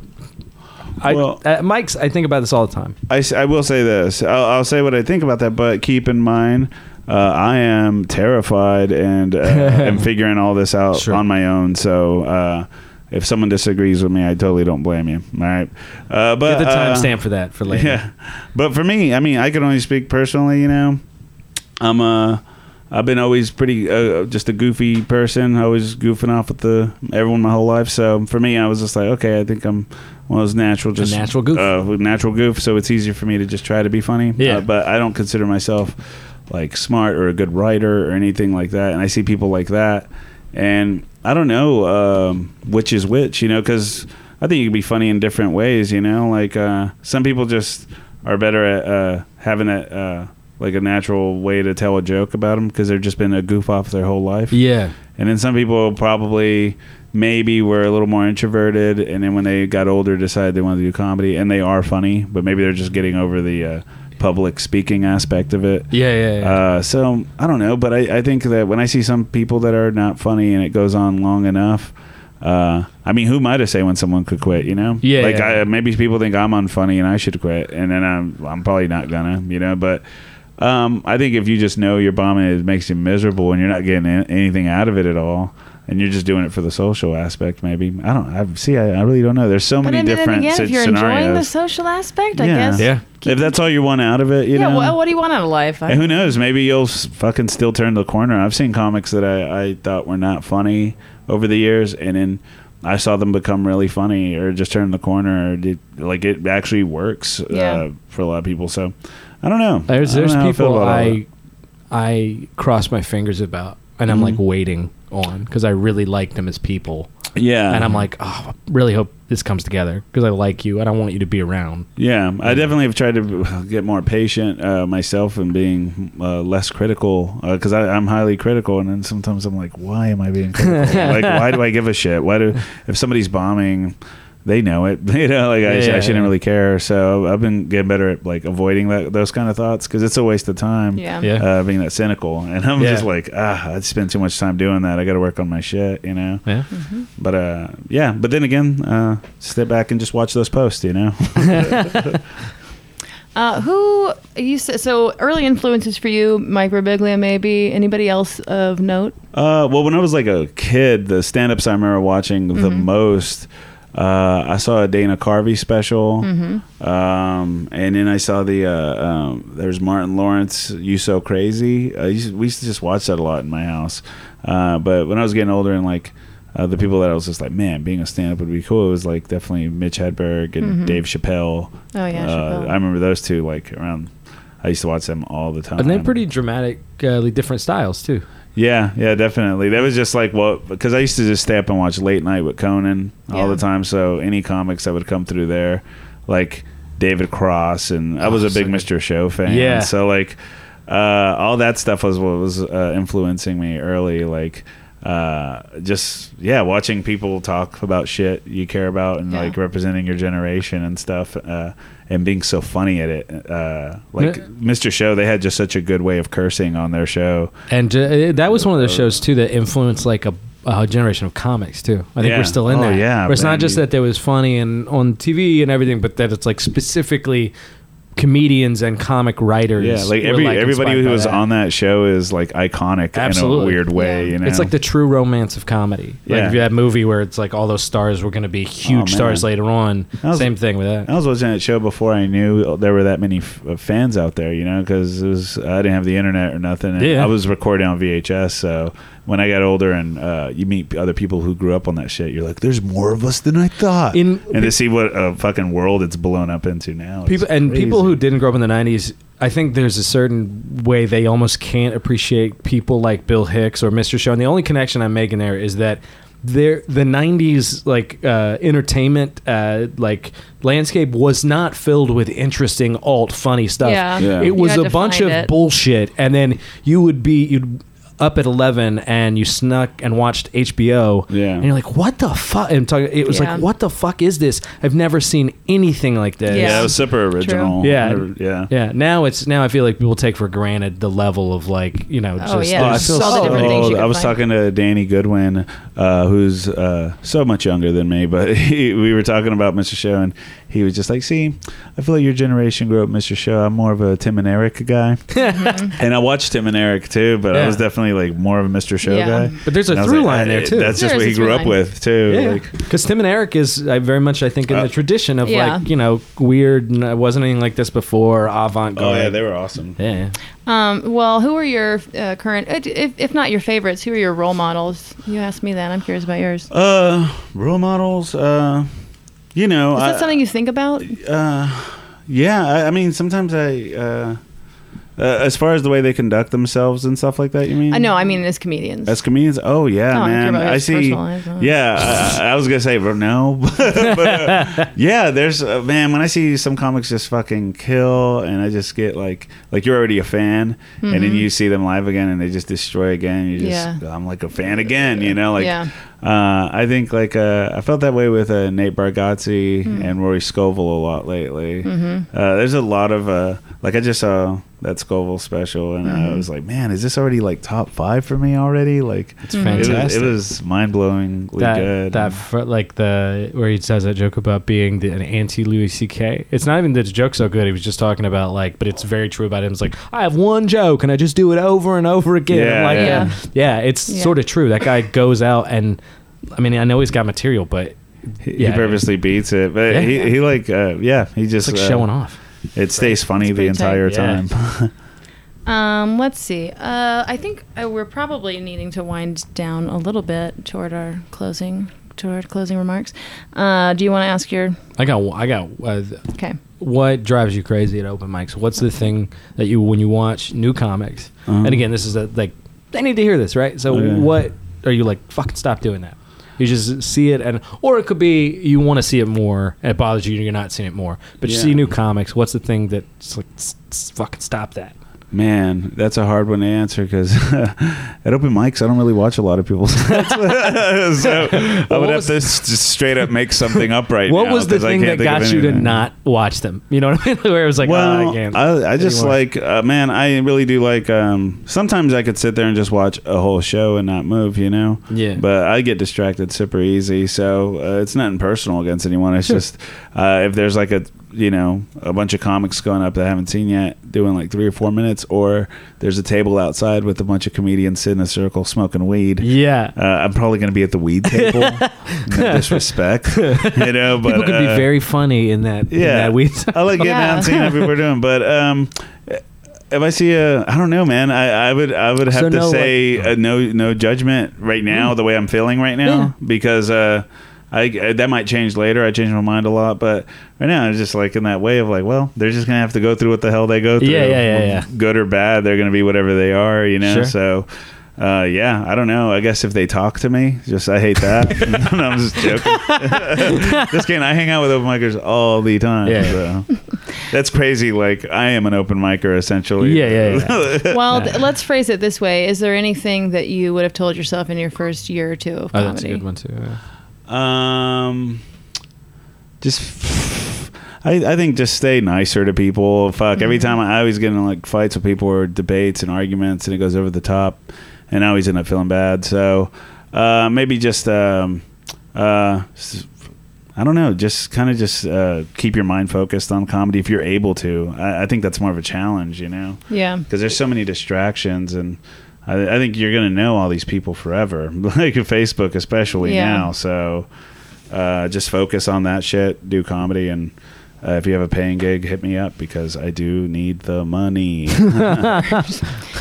I Well- uh, Mike's. I think about this all the time. I, s- I will say this. I'll, I'll say what I think about that, but keep in mind, uh, I am terrified *laughs* and uh, am figuring all this out Sure. on my own. So uh, if someone disagrees with me, I totally don't blame you. All right, uh, but Get the uh, timestamp for that for later. Yeah, but for me, I mean, I can only speak personally. You know, I'm uh, I've been always pretty uh, just a goofy person, always goofing off with the everyone my whole life. So for me, I was just like, okay, I think I'm one of those natural, just natural goof. uh, with natural goof. So it's easier for me to just try to be funny. Yeah. Uh, but I don't consider myself like smart or a good writer or anything like that. And I see people like that, and I don't know um, which is which, you know, because I think you can be funny in different ways, you know. Like uh, some people just are better at uh, having a uh, like a natural way to tell a joke about them because they've just been a goof off their whole life. Yeah. And then some people probably maybe were a little more introverted, and then when they got older, decided they wanted to do comedy, and they are funny, but maybe they're just getting over the uh, public speaking aspect of it. Yeah, yeah, yeah. Uh, so I don't know, but I, I think that when I see some people that are not funny and it goes on long enough, uh, I mean, who am I to say when someone could quit? You know, Yeah, Like yeah. I, maybe people think I'm unfunny and I should quit, and then I'm I'm probably not gonna, you know. But um, I think if you just know you're bombing, it makes you miserable and you're not getting an- anything out of it at all. And you're just doing it for the social aspect, maybe. I don't. I see. I, I really don't know. There's so But many I mean, then different again, si- if you're enjoying the scenarios. social aspect, I Yeah. guess. yeah. if that's all you want out of it, you yeah. know. Well, what do you want out of life? I, And who knows? Maybe you'll s- fucking still turn the corner. I've seen comics that I, I thought were not funny over the years, and then I saw them become really funny or just turn the corner. Or did, like it actually works Yeah. uh, for a lot of people. So I don't know. There's I don't there's know how I feel people about all I I cross my fingers about, and I'm Mm-hmm. like waiting on because I really like them as people, that. yeah, and I'm like, oh, I really hope this comes together because I like you and I want you to be around. Yeah, I definitely have tried to *sighs* get more patient uh, myself and being uh, less critical because I I'm highly critical, and then sometimes I'm like, why am I being critical? like, why do I give a shit? Why do if somebody's bombing, they know it. *laughs* you know, like I, sh- Yeah. I shouldn't really care. So I've been getting better at like avoiding that, those kind of thoughts because it's a waste of time. yeah. Yeah. Uh, being that cynical, and I'm Yeah. just like, ah, I spend too much time doing that. I got to work on my shit, you know. Yeah. But uh, yeah, but then again, uh, step back and just watch those posts, you know. Uh, who you said so early influences for you? Mike Birbiglia, maybe anybody else of note? Uh, well, when I was like a kid, the stand-ups I remember watching the Mm-hmm. most, uh, I saw a Dana Carvey special, Mm-hmm. um, and then I saw the uh, um, there was Martin Lawrence, "You So Crazy." Uh, used, we used to just watch that a lot in my house. Uh, but when I was getting older, and like uh, the people that I was just like, man, being a stand-up would be cool. It was like definitely Mitch Hedberg and Dave Chappelle. Mm-hmm. Oh uh, yeah, Chappelle. I remember those two like around. I used to watch them all the time. And they're pretty dramatically different styles too. Yeah, yeah, definitely. That was just like what because I used to just stay up and watch Late Night with Conan all Yeah. the time. So any comics that would come through there, like David Cross, and I was Oh, a big so Mr. Show fan. Yeah. so like uh, all that stuff was what was uh, influencing me early. Like uh, just yeah, watching people talk about shit you care about and Yeah. like representing your generation and stuff. Uh, and being so funny at it, uh, like Yeah. Mr. Show, they had just such a good way of cursing on their show. And uh, that was one of those shows too that influenced like a, a generation of comics too. I think Yeah. we're still in Oh, that. yeah, Where it's man. not just that there was funny and on TV and everything, but that it's like specifically comedians and comic writers. Yeah, like were, every inspired everybody who by was that. on that show is like iconic in a Absolutely. weird way. Yeah. You know, It's like the true romance of comedy. Yeah. Oh, Like that movie where it's like all those stars were going to be huge man. stars later on. That was- Same thing with that. I was watching that show before I knew there were that many f- uh, fans out there. You know, because it was I didn't have the internet or nothing. And Yeah. I was recording on VHS, so when I got older and uh, you meet other people who grew up on that shit, you're like, there's more of us than I thought. In- and to see what a fucking world it's blown up into now. is people and people crazy. who didn't grow up in the 90s i think there's a certain way they almost can't appreciate people like bill hicks or mr show and the only connection i'm making there is that there the 90s like uh, entertainment uh, like landscape was not filled with interesting alt funny stuff Yeah. Yeah. it You was had a to bunch of find it. bullshit and then you would be you'd up at 11 and you snuck and watched hbo Yeah. and you're like what the fuck and I'm talking it was Yeah. like what the fuck is this i've never seen anything like this Yeah, Yeah. it was super original. Yeah. Never- yeah. yeah, now it's now I feel like people take for granted the level of like you know just Oh, yeah. Oh, I There's feel all the so different things old. you Oh, I could was find. talking to Danny Goodwin, uh, who's uh, so much younger than me, but *laughs* he, we were talking about Mr. Show, and he was just like, "See, I feel like your generation grew up Mr. Show. I'm more of a Tim and Eric guy." and I watched Tim and Eric too, but I Yeah. was definitely like more of a Mr. Show Yeah. guy. But there's a And I was through line I- there, too. That's just There what is he grew a through up line. with too. yeah, Oh, Like, because Tim and Eric is I very much I think in Uh, the tradition of Yeah. like you know weird and it wasn't anything like this before avant oh garde. yeah, they were awesome. yeah. Um, well, who are your uh, current, uh, if, if not your favorites, who are your role models? You asked me that. I'm curious about yours. Is Uh, role models. Uh, you know, that I- something you think about? uh, yeah, I, I mean, sometimes I, uh, uh, as far as the way they conduct themselves and stuff like that, you mean? I know. I mean, as comedians. As comedians, oh yeah, No, I don't care man, about I his see. personal life, huh? Yeah, I, I- I was gonna say but no, *laughs* but uh, yeah, there's uh, man. When I see some comics just fucking kill, and I just get like, like you're already a fan, and then you see them live again, and they just destroy again. You just, Mm-hmm. Yeah. I'm like a fan again, you know, like. Yeah. Uh, I think like uh, I felt that way with uh, Nate Bargatze Mm-hmm. and Rory Scovel a lot lately. Uh, there's a lot of uh, like I just saw that Scovel special and Mm-hmm. I was like, man, is this already like top five for me already? Like it's fantastic. It was, mind blowingly that good. that fr- like the where he says that joke about being the, an anti Louis C.K. It's not even that the joke's so good. He was just talking about like, but it's very true about him. It's like I have one joke and I just do it over and over again. Yeah, I'm like yeah. yeah, it's Yeah. sort of true. That guy goes out and I mean I know he's got material, but he, yeah. he purposely beats it, but Yeah. he, he like uh, yeah, he just it's like uh, showing off. It stays funny the pretty tight. entire Yeah. time. Um, let's see. Uh, I think uh, we're probably needing to wind down a little bit toward our closing toward closing remarks. Uh, do you want to ask your I got I got uh, th- okay? what drives you crazy at open mics? What's the thing that you when you watch new comics? Uh-huh. And again, this is a, like they need to hear this, right? So Okay. what are you like? Fucking stop doing that. You just see it, and or it could be you want to see it more. And it bothers you, and you're not seeing it more. But you Yeah. see new comics. What's the thing that's like? s- s- Fucking stop that. Man, that's a hard one to answer *laughs* because at open mics, I don't really watch a lot of people. *laughs* *laughs* so I would What have was- to s- just straight up make something up right what now. was the 'cause I thing can't that think of got you to anything. not watch them? You know what I mean? *laughs* Where it was like, well, oh, I can't. I, I just anymore. like, uh, man, I really do like. Um, sometimes I could sit there and just watch a whole show and not move, you know. Yeah. But I get distracted super easy, so uh, it's nothing personal against anyone. It's just uh, if there's like a you know a bunch of comics going up that I haven't seen yet, doing like three or four minutes, or there's a table outside with a bunch of comedians sitting in a circle smoking weed. yeah. Uh, I'm probably going to be at the weed *laughs* table. no disrespect, you know. But People could be uh, very funny in that. in yeah, that we. I like getting Yeah. out and seeing how people are doing, but um, if I see a, I don't know, man, I, I would I would have So to no, Mm. say uh, no no judgment right now, the way I'm feeling right now, because uh, I uh, that might change later. I change my mind a lot, but right now I'm just like in that way of like, well, they're just gonna have to go through what the hell they go through, Yeah, yeah, yeah, yeah. good or bad, they're gonna be whatever they are, you know, Sure. so. Uh, yeah, I don't know. I guess if they talk to me, just I hate that. *laughs* no, I'm just joking. *laughs* just kidding. I hang out with open micers all the time. Yeah. so. that's crazy. Like I am an open micer essentially. Yeah, yeah, yeah. *laughs* Well, th- let's phrase it this way: Is there anything that you would have told yourself in your first year or two of *laughs* Oh, comedy? that's a good one too. yeah. Um, just I, I think just stay nicer to people. Fuck. Every time I, I always get in like fights with people or debates and arguments, and it goes over the top, and I always end up feeling bad. So uh, maybe just um, uh, s- I don't know. Just kind of just uh, keep your mind focused on comedy if you're able to. I, I think that's more of a challenge, you know. Yeah. because there's so many distractions and I, I think you're going to know all these people forever *laughs* like facebook especially Yeah. now so uh, just focus on that shit do comedy and Uh, if you have a paying gig, hit me up because I do need the *laughs* money.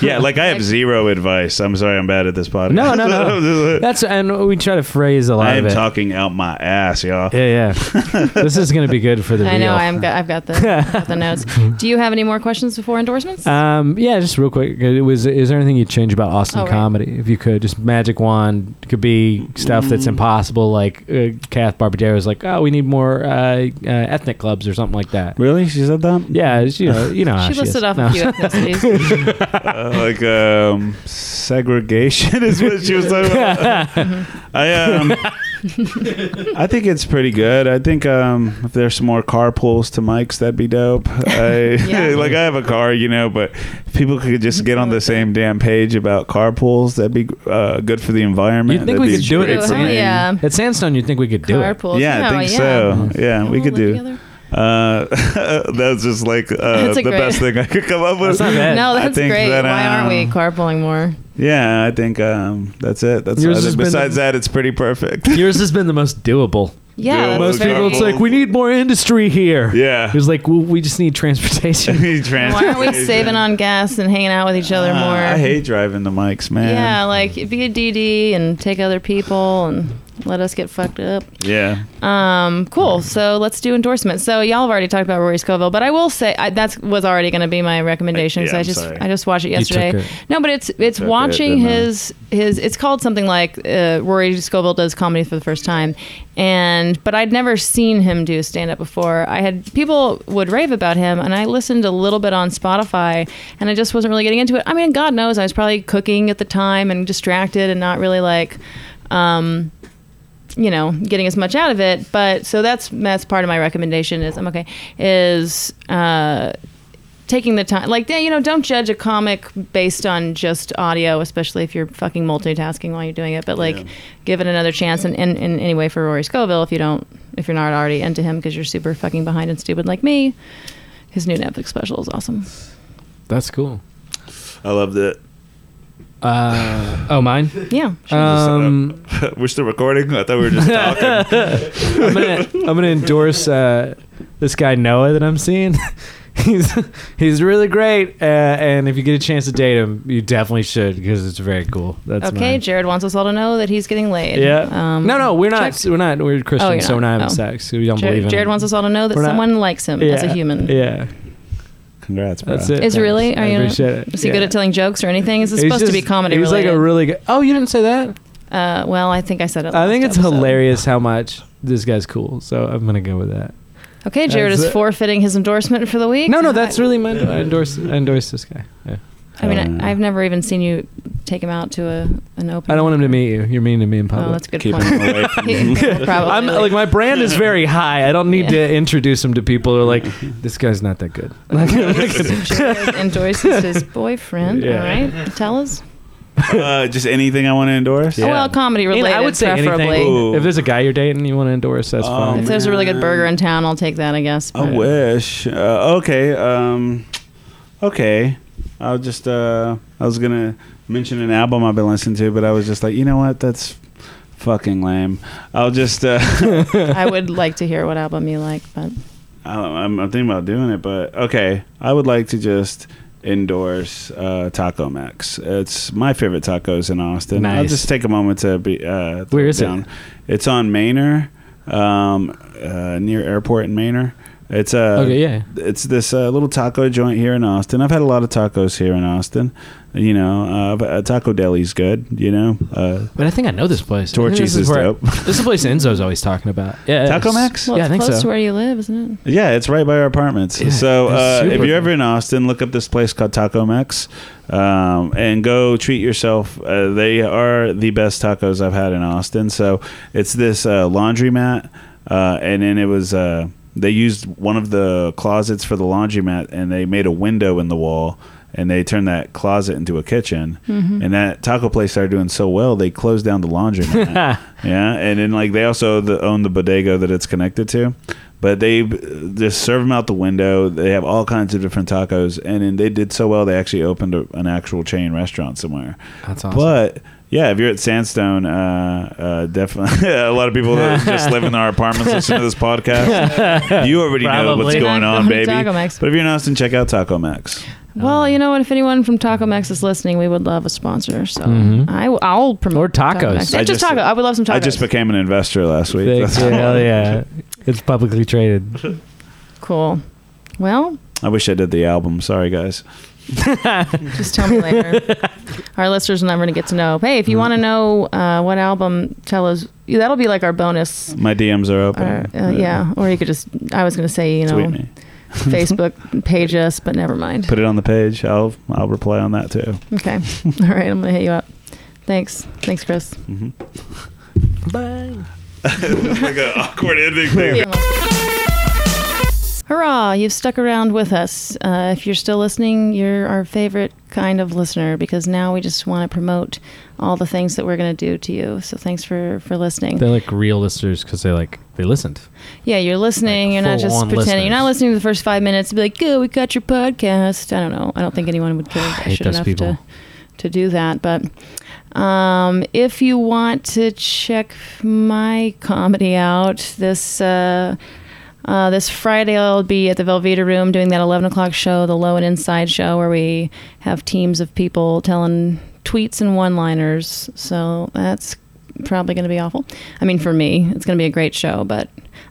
yeah, like I have zero advice. I'm sorry, I'm bad at this podcast. No, no, no. *laughs* That's and we try to phrase a lot I am of it. talking out my ass, y'all. yeah, yeah. *laughs* this is gonna be good for the. I reel. know. I'm. Got, I've got the, got *laughs* the notes. Do you have any more questions before endorsements? Um, yeah, just real quick. It was. Is there anything you'd change about Austin Oh, right. comedy if you could? Just magic wand It could be stuff that's Mm. impossible. Like uh, Kath Barbadero is like, oh, we need more uh, uh, ethnic clubs or something like that. Really? She said that? Yeah, it's- you know, you know. how she listed Ah, is. off No. a few *laughs* ethnicities. Uh, like um, segregation *laughs* is what she was talking about. *laughs* I um, I think it's pretty good. I think um, if there's some more car pulls to mics, that'd be dope. I *laughs* *laughs* Yeah. like I have a car, you know, but if people could just get on the same damn page about car pulls, that'd be uh, good for the environment. You'd think That'd we be could do it great Ooh, for hell me. yeah. At Sandstone, you'd think we could do it. Carpools. Yeah, I Oh, think so. Yeah, we All could live do. together. Uh, *laughs* that was just like uh, That's the a great- best thing I could come up with. That's not bad. No, I that's think great. that, Why aren't we um, carpooling more? Yeah, I think um, that's it. That's Yours I has think been besides the- that, it's pretty perfect. *laughs* Yours has been the most doable. Yeah, Yeah, most that's Most very- people, it's like we need more industry here. *laughs* Yeah. *laughs* it was like well, we just need transportation. Why aren't we saving on gas and hanging out with each other more? Uh, Ah, I hate driving the mics, man. Yeah, like be a DD and take other people and let us get fucked up. Yeah. Um, cool. So let's do endorsements. So y'all have already talked about Rory Scoville, but I will say I, that was already going to be my recommendation. I- yeah, so I I'm just sorry. I just watched it took yesterday. it. No, but it's it's Took it, watching didn't I? his his. It's called something like uh, Rory Scoville does comedy for the first time, and but I'd never seen him do stand up before. I had people would rave about him, and I listened a little bit on Spotify, and I just wasn't really getting into it. I mean, God knows I was probably cooking at the time and distracted and not really like. Um, you know getting as much out of it but so that's that's part of my recommendation is i'm okay is uh taking the time like yeah, you know don't judge a comic based on just audio especially if you're fucking multitasking while you're doing it but like Yeah. give it another chance and and, and anyway for rory scoville if you don't if you're not already into him because you're super fucking behind and stupid like me his new netflix special is awesome That's cool. I loved it. *laughs* Uh, oh, mine. yeah sure. Um, we're still recording. I thought we were *laughs* just talking. I'm gonna I'm gonna endorse uh, this guy Noah that I'm seeing. *laughs* he's he's really great, uh, and if you get a chance to date him, you definitely should because it's very cool. That's okay mine. jared wants us all to know that he's getting laid Yeah. um, no, no, we're not. check. We're not. We're Christians, you're so we're not. not having Oh. sex. So we don't believe jared, in. jared it. wants us all to know that We're not- someone likes him as a Yeah, human Yeah. Congrats, bro. That's it. Is really? Are I you- Appreciate it. Is he Yeah. good at telling jokes or anything? Is this He's supposed to be just- comedy He's related? like a really good. Oh, you didn't say *laughs* that. uh, well, I think I said it. I think last it's episode. hilarious how much this guy's cool. So I'm gonna go with that. Okay, Jared That's is it. forfeiting his endorsement for the week. No, no, that's really my. I endorse. I endorse this guy. Yeah. I mean, Uh, I, I've never even seen you take him out to a an open. I don't want him to meet you. You're mean to me in public. Oh, that's a good Keep point. him away *laughs* from *laughs* He- he'll probably. I'm like my brand is very high. I don't need Yeah. to introduce him to people who are like, this guy's not that *laughs* good. Jared *laughs* endorses his boyfriend. Yeah. All right, tell us. uh, just anything I want to endorse. Yeah. Oh, well, comedy I mean, related, I would say preferably. anything. Ooh. If there's a guy you're dating you want to endorse, that's Um, fine. If there's a really good burger in town, I'll take that. I guess. I but- wish. Uh, okay. Um, okay. I'll just. Uh, I was gonna mention an album I've been listening to, but I was just like, you know what? That's fucking lame. I'll just. Uh, *laughs* *laughs* I would like to hear what album you like, but I don't, I'm, I'm thinking about doing it, but okay. I would like to just endorse uh, Taco Max. It's my favorite tacos in Austin. I'll Nice. just take a moment to be. Uh, Where is it? it? It's on Manor, um, uh, near airport in Manor. It's a Okay, yeah. it's this uh, little taco joint here in Austin. I've had a lot of tacos here in Austin. You know, uh, but, uh, Taco Deli's good. You know, uh, But I think I know this place. I think Torchies this is where- dope. *laughs* This is the place Enzo's always talking about. Yeah, Taco it's- Max? well, yeah, I it's think close so. to where you live, isn't it? Yeah, it's right by our apartments. Yeah, so that's uh, if super you're ever cool. in Austin, look up this place called Taco Max um, and go treat yourself. Uh, they are the best tacos I've had in Austin. So it's this uh, laundromat, uh, and then it was. Uh, they used one of the closets for the laundromat, and they made a window in the wall, and they turned that closet into a kitchen. Mm-hmm. And that taco place started doing so well, they closed down the laundromat. *laughs* Yeah, and then like they also the, own the bodega that it's connected to, but they b- just serve them out the window. They have all kinds of different tacos, and then they did so well they actually opened a, an actual chain restaurant somewhere. That's awesome. But Yeah, if you're at Sandstone, uh, uh, definitely *laughs* a lot of people *laughs* that just live in our apartments listen to this podcast. You already know what's Probably. going on, Taco baby. Max. But if you're in Austin, check out Taco Max. Um, Well, you know what? If anyone from Taco Max is listening, we would love a sponsor. So Mm-hmm. I, will promote Or tacos. Max. I Yeah, just- just taco. I would love some tacos. I just became an investor last week. Thanks, That's- *laughs* yeah, hell yeah. It's publicly traded. cool. Well, I wish I did the album. Sorry, guys. just tell me later. *laughs* our listeners and I'm going to get to know. Hey, if you want to know uh, what album, tell us. That'll be like our bonus. My DMs are open. Or, uh, yeah, or you could just. I was going to say, you Tweet know, me. *laughs* Facebook page us, but never mind. Put it on the page. I'll I'll reply on that too. Okay. *laughs* All right. I'm going to hit you up. Thanks. Thanks, Chris. Bye. like an awkward ending thing. *laughs* Hurrah! You've stuck around with us. Uh, if you're still listening, you're our favorite kind of listener because now we just want to promote all the things that we're going to do to you. So thanks for for listening. They're like real listeners because they like they listened. yeah, you're listening. Like you're not just full-on pretending. You're not listeners. listening to the first five minutes to be like, "Good, we got your podcast." I don't know. I don't think anyone would *sighs* care. I hate should those enough people. to to do that, but. Um, if you want to check my comedy out, this uh, uh, this Friday I'll be at the Velveeta Room doing that eleven o'clock show, the Low and Inside show, where we have teams of people telling tweets and one-liners. So that's probably going to be awful. I mean, for me, it's going to be a great show, but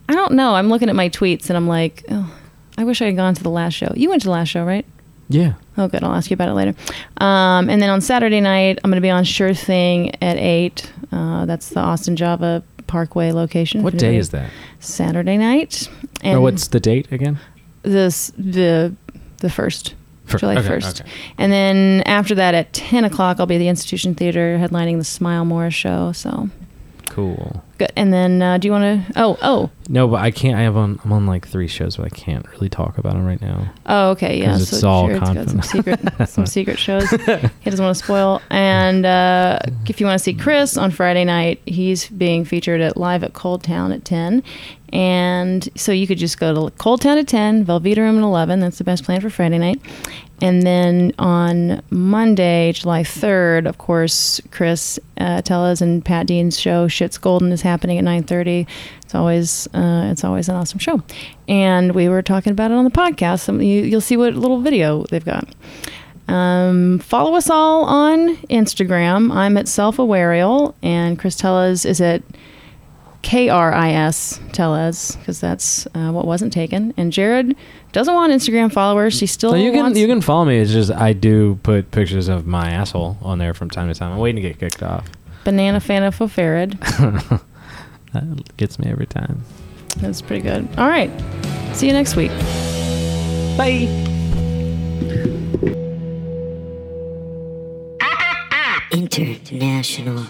I don't know. I'm looking at my tweets and I'm like, oh, I wish I had gone to the last show. You went to the last show, right? Yeah. Oh, good. I'll ask you about it later. Um, and then on Saturday night, I'm going to be on Sure Thing at 8. Uh, that's the Austin Java Parkway location. What day is that? Saturday night. And Or what's the date again? this, the, the first. Fir- July okay, 1st. okay. And then after that at 10 o'clock, I'll be at the Institution Theater headlining the Smile More show. So Cool. good. And then uh, do you want to? Oh, oh. No, but I can't. I have on. I'm on like three shows, but I can't really talk about them right now. Oh, okay, yeah. 'Cause it's all it's got some confident. *laughs* secret, some secret shows. He doesn't want to spoil. And uh, if you want to see Chris on Friday night, he's being featured at live at Cold Town at ten. And so you could just go to Cold Town at ten, Velveeta Room at eleven. That's the best plan for Friday night. And then on Monday, July third, of course, Chris uh, Tellas and Pat Dean's show "Shit's Golden" is happening at nine thirty. It's always uh, it's always an awesome show, and we were talking about it on the podcast. Some, you, you'll see what little video they've got. Um, follow us all on Instagram. I'm at selfawareal, and Chris Tellas is at K R I S Tellas because that's uh, what wasn't taken. And Jared doesn't want Instagram followers. She still So you can wants- you can follow me. It's just I do put pictures of my asshole on there from time to time. I'm waiting to get kicked off. *laughs* banana fana fofarid. That gets me every time. That's pretty good. All right. See you next week. Bye. International.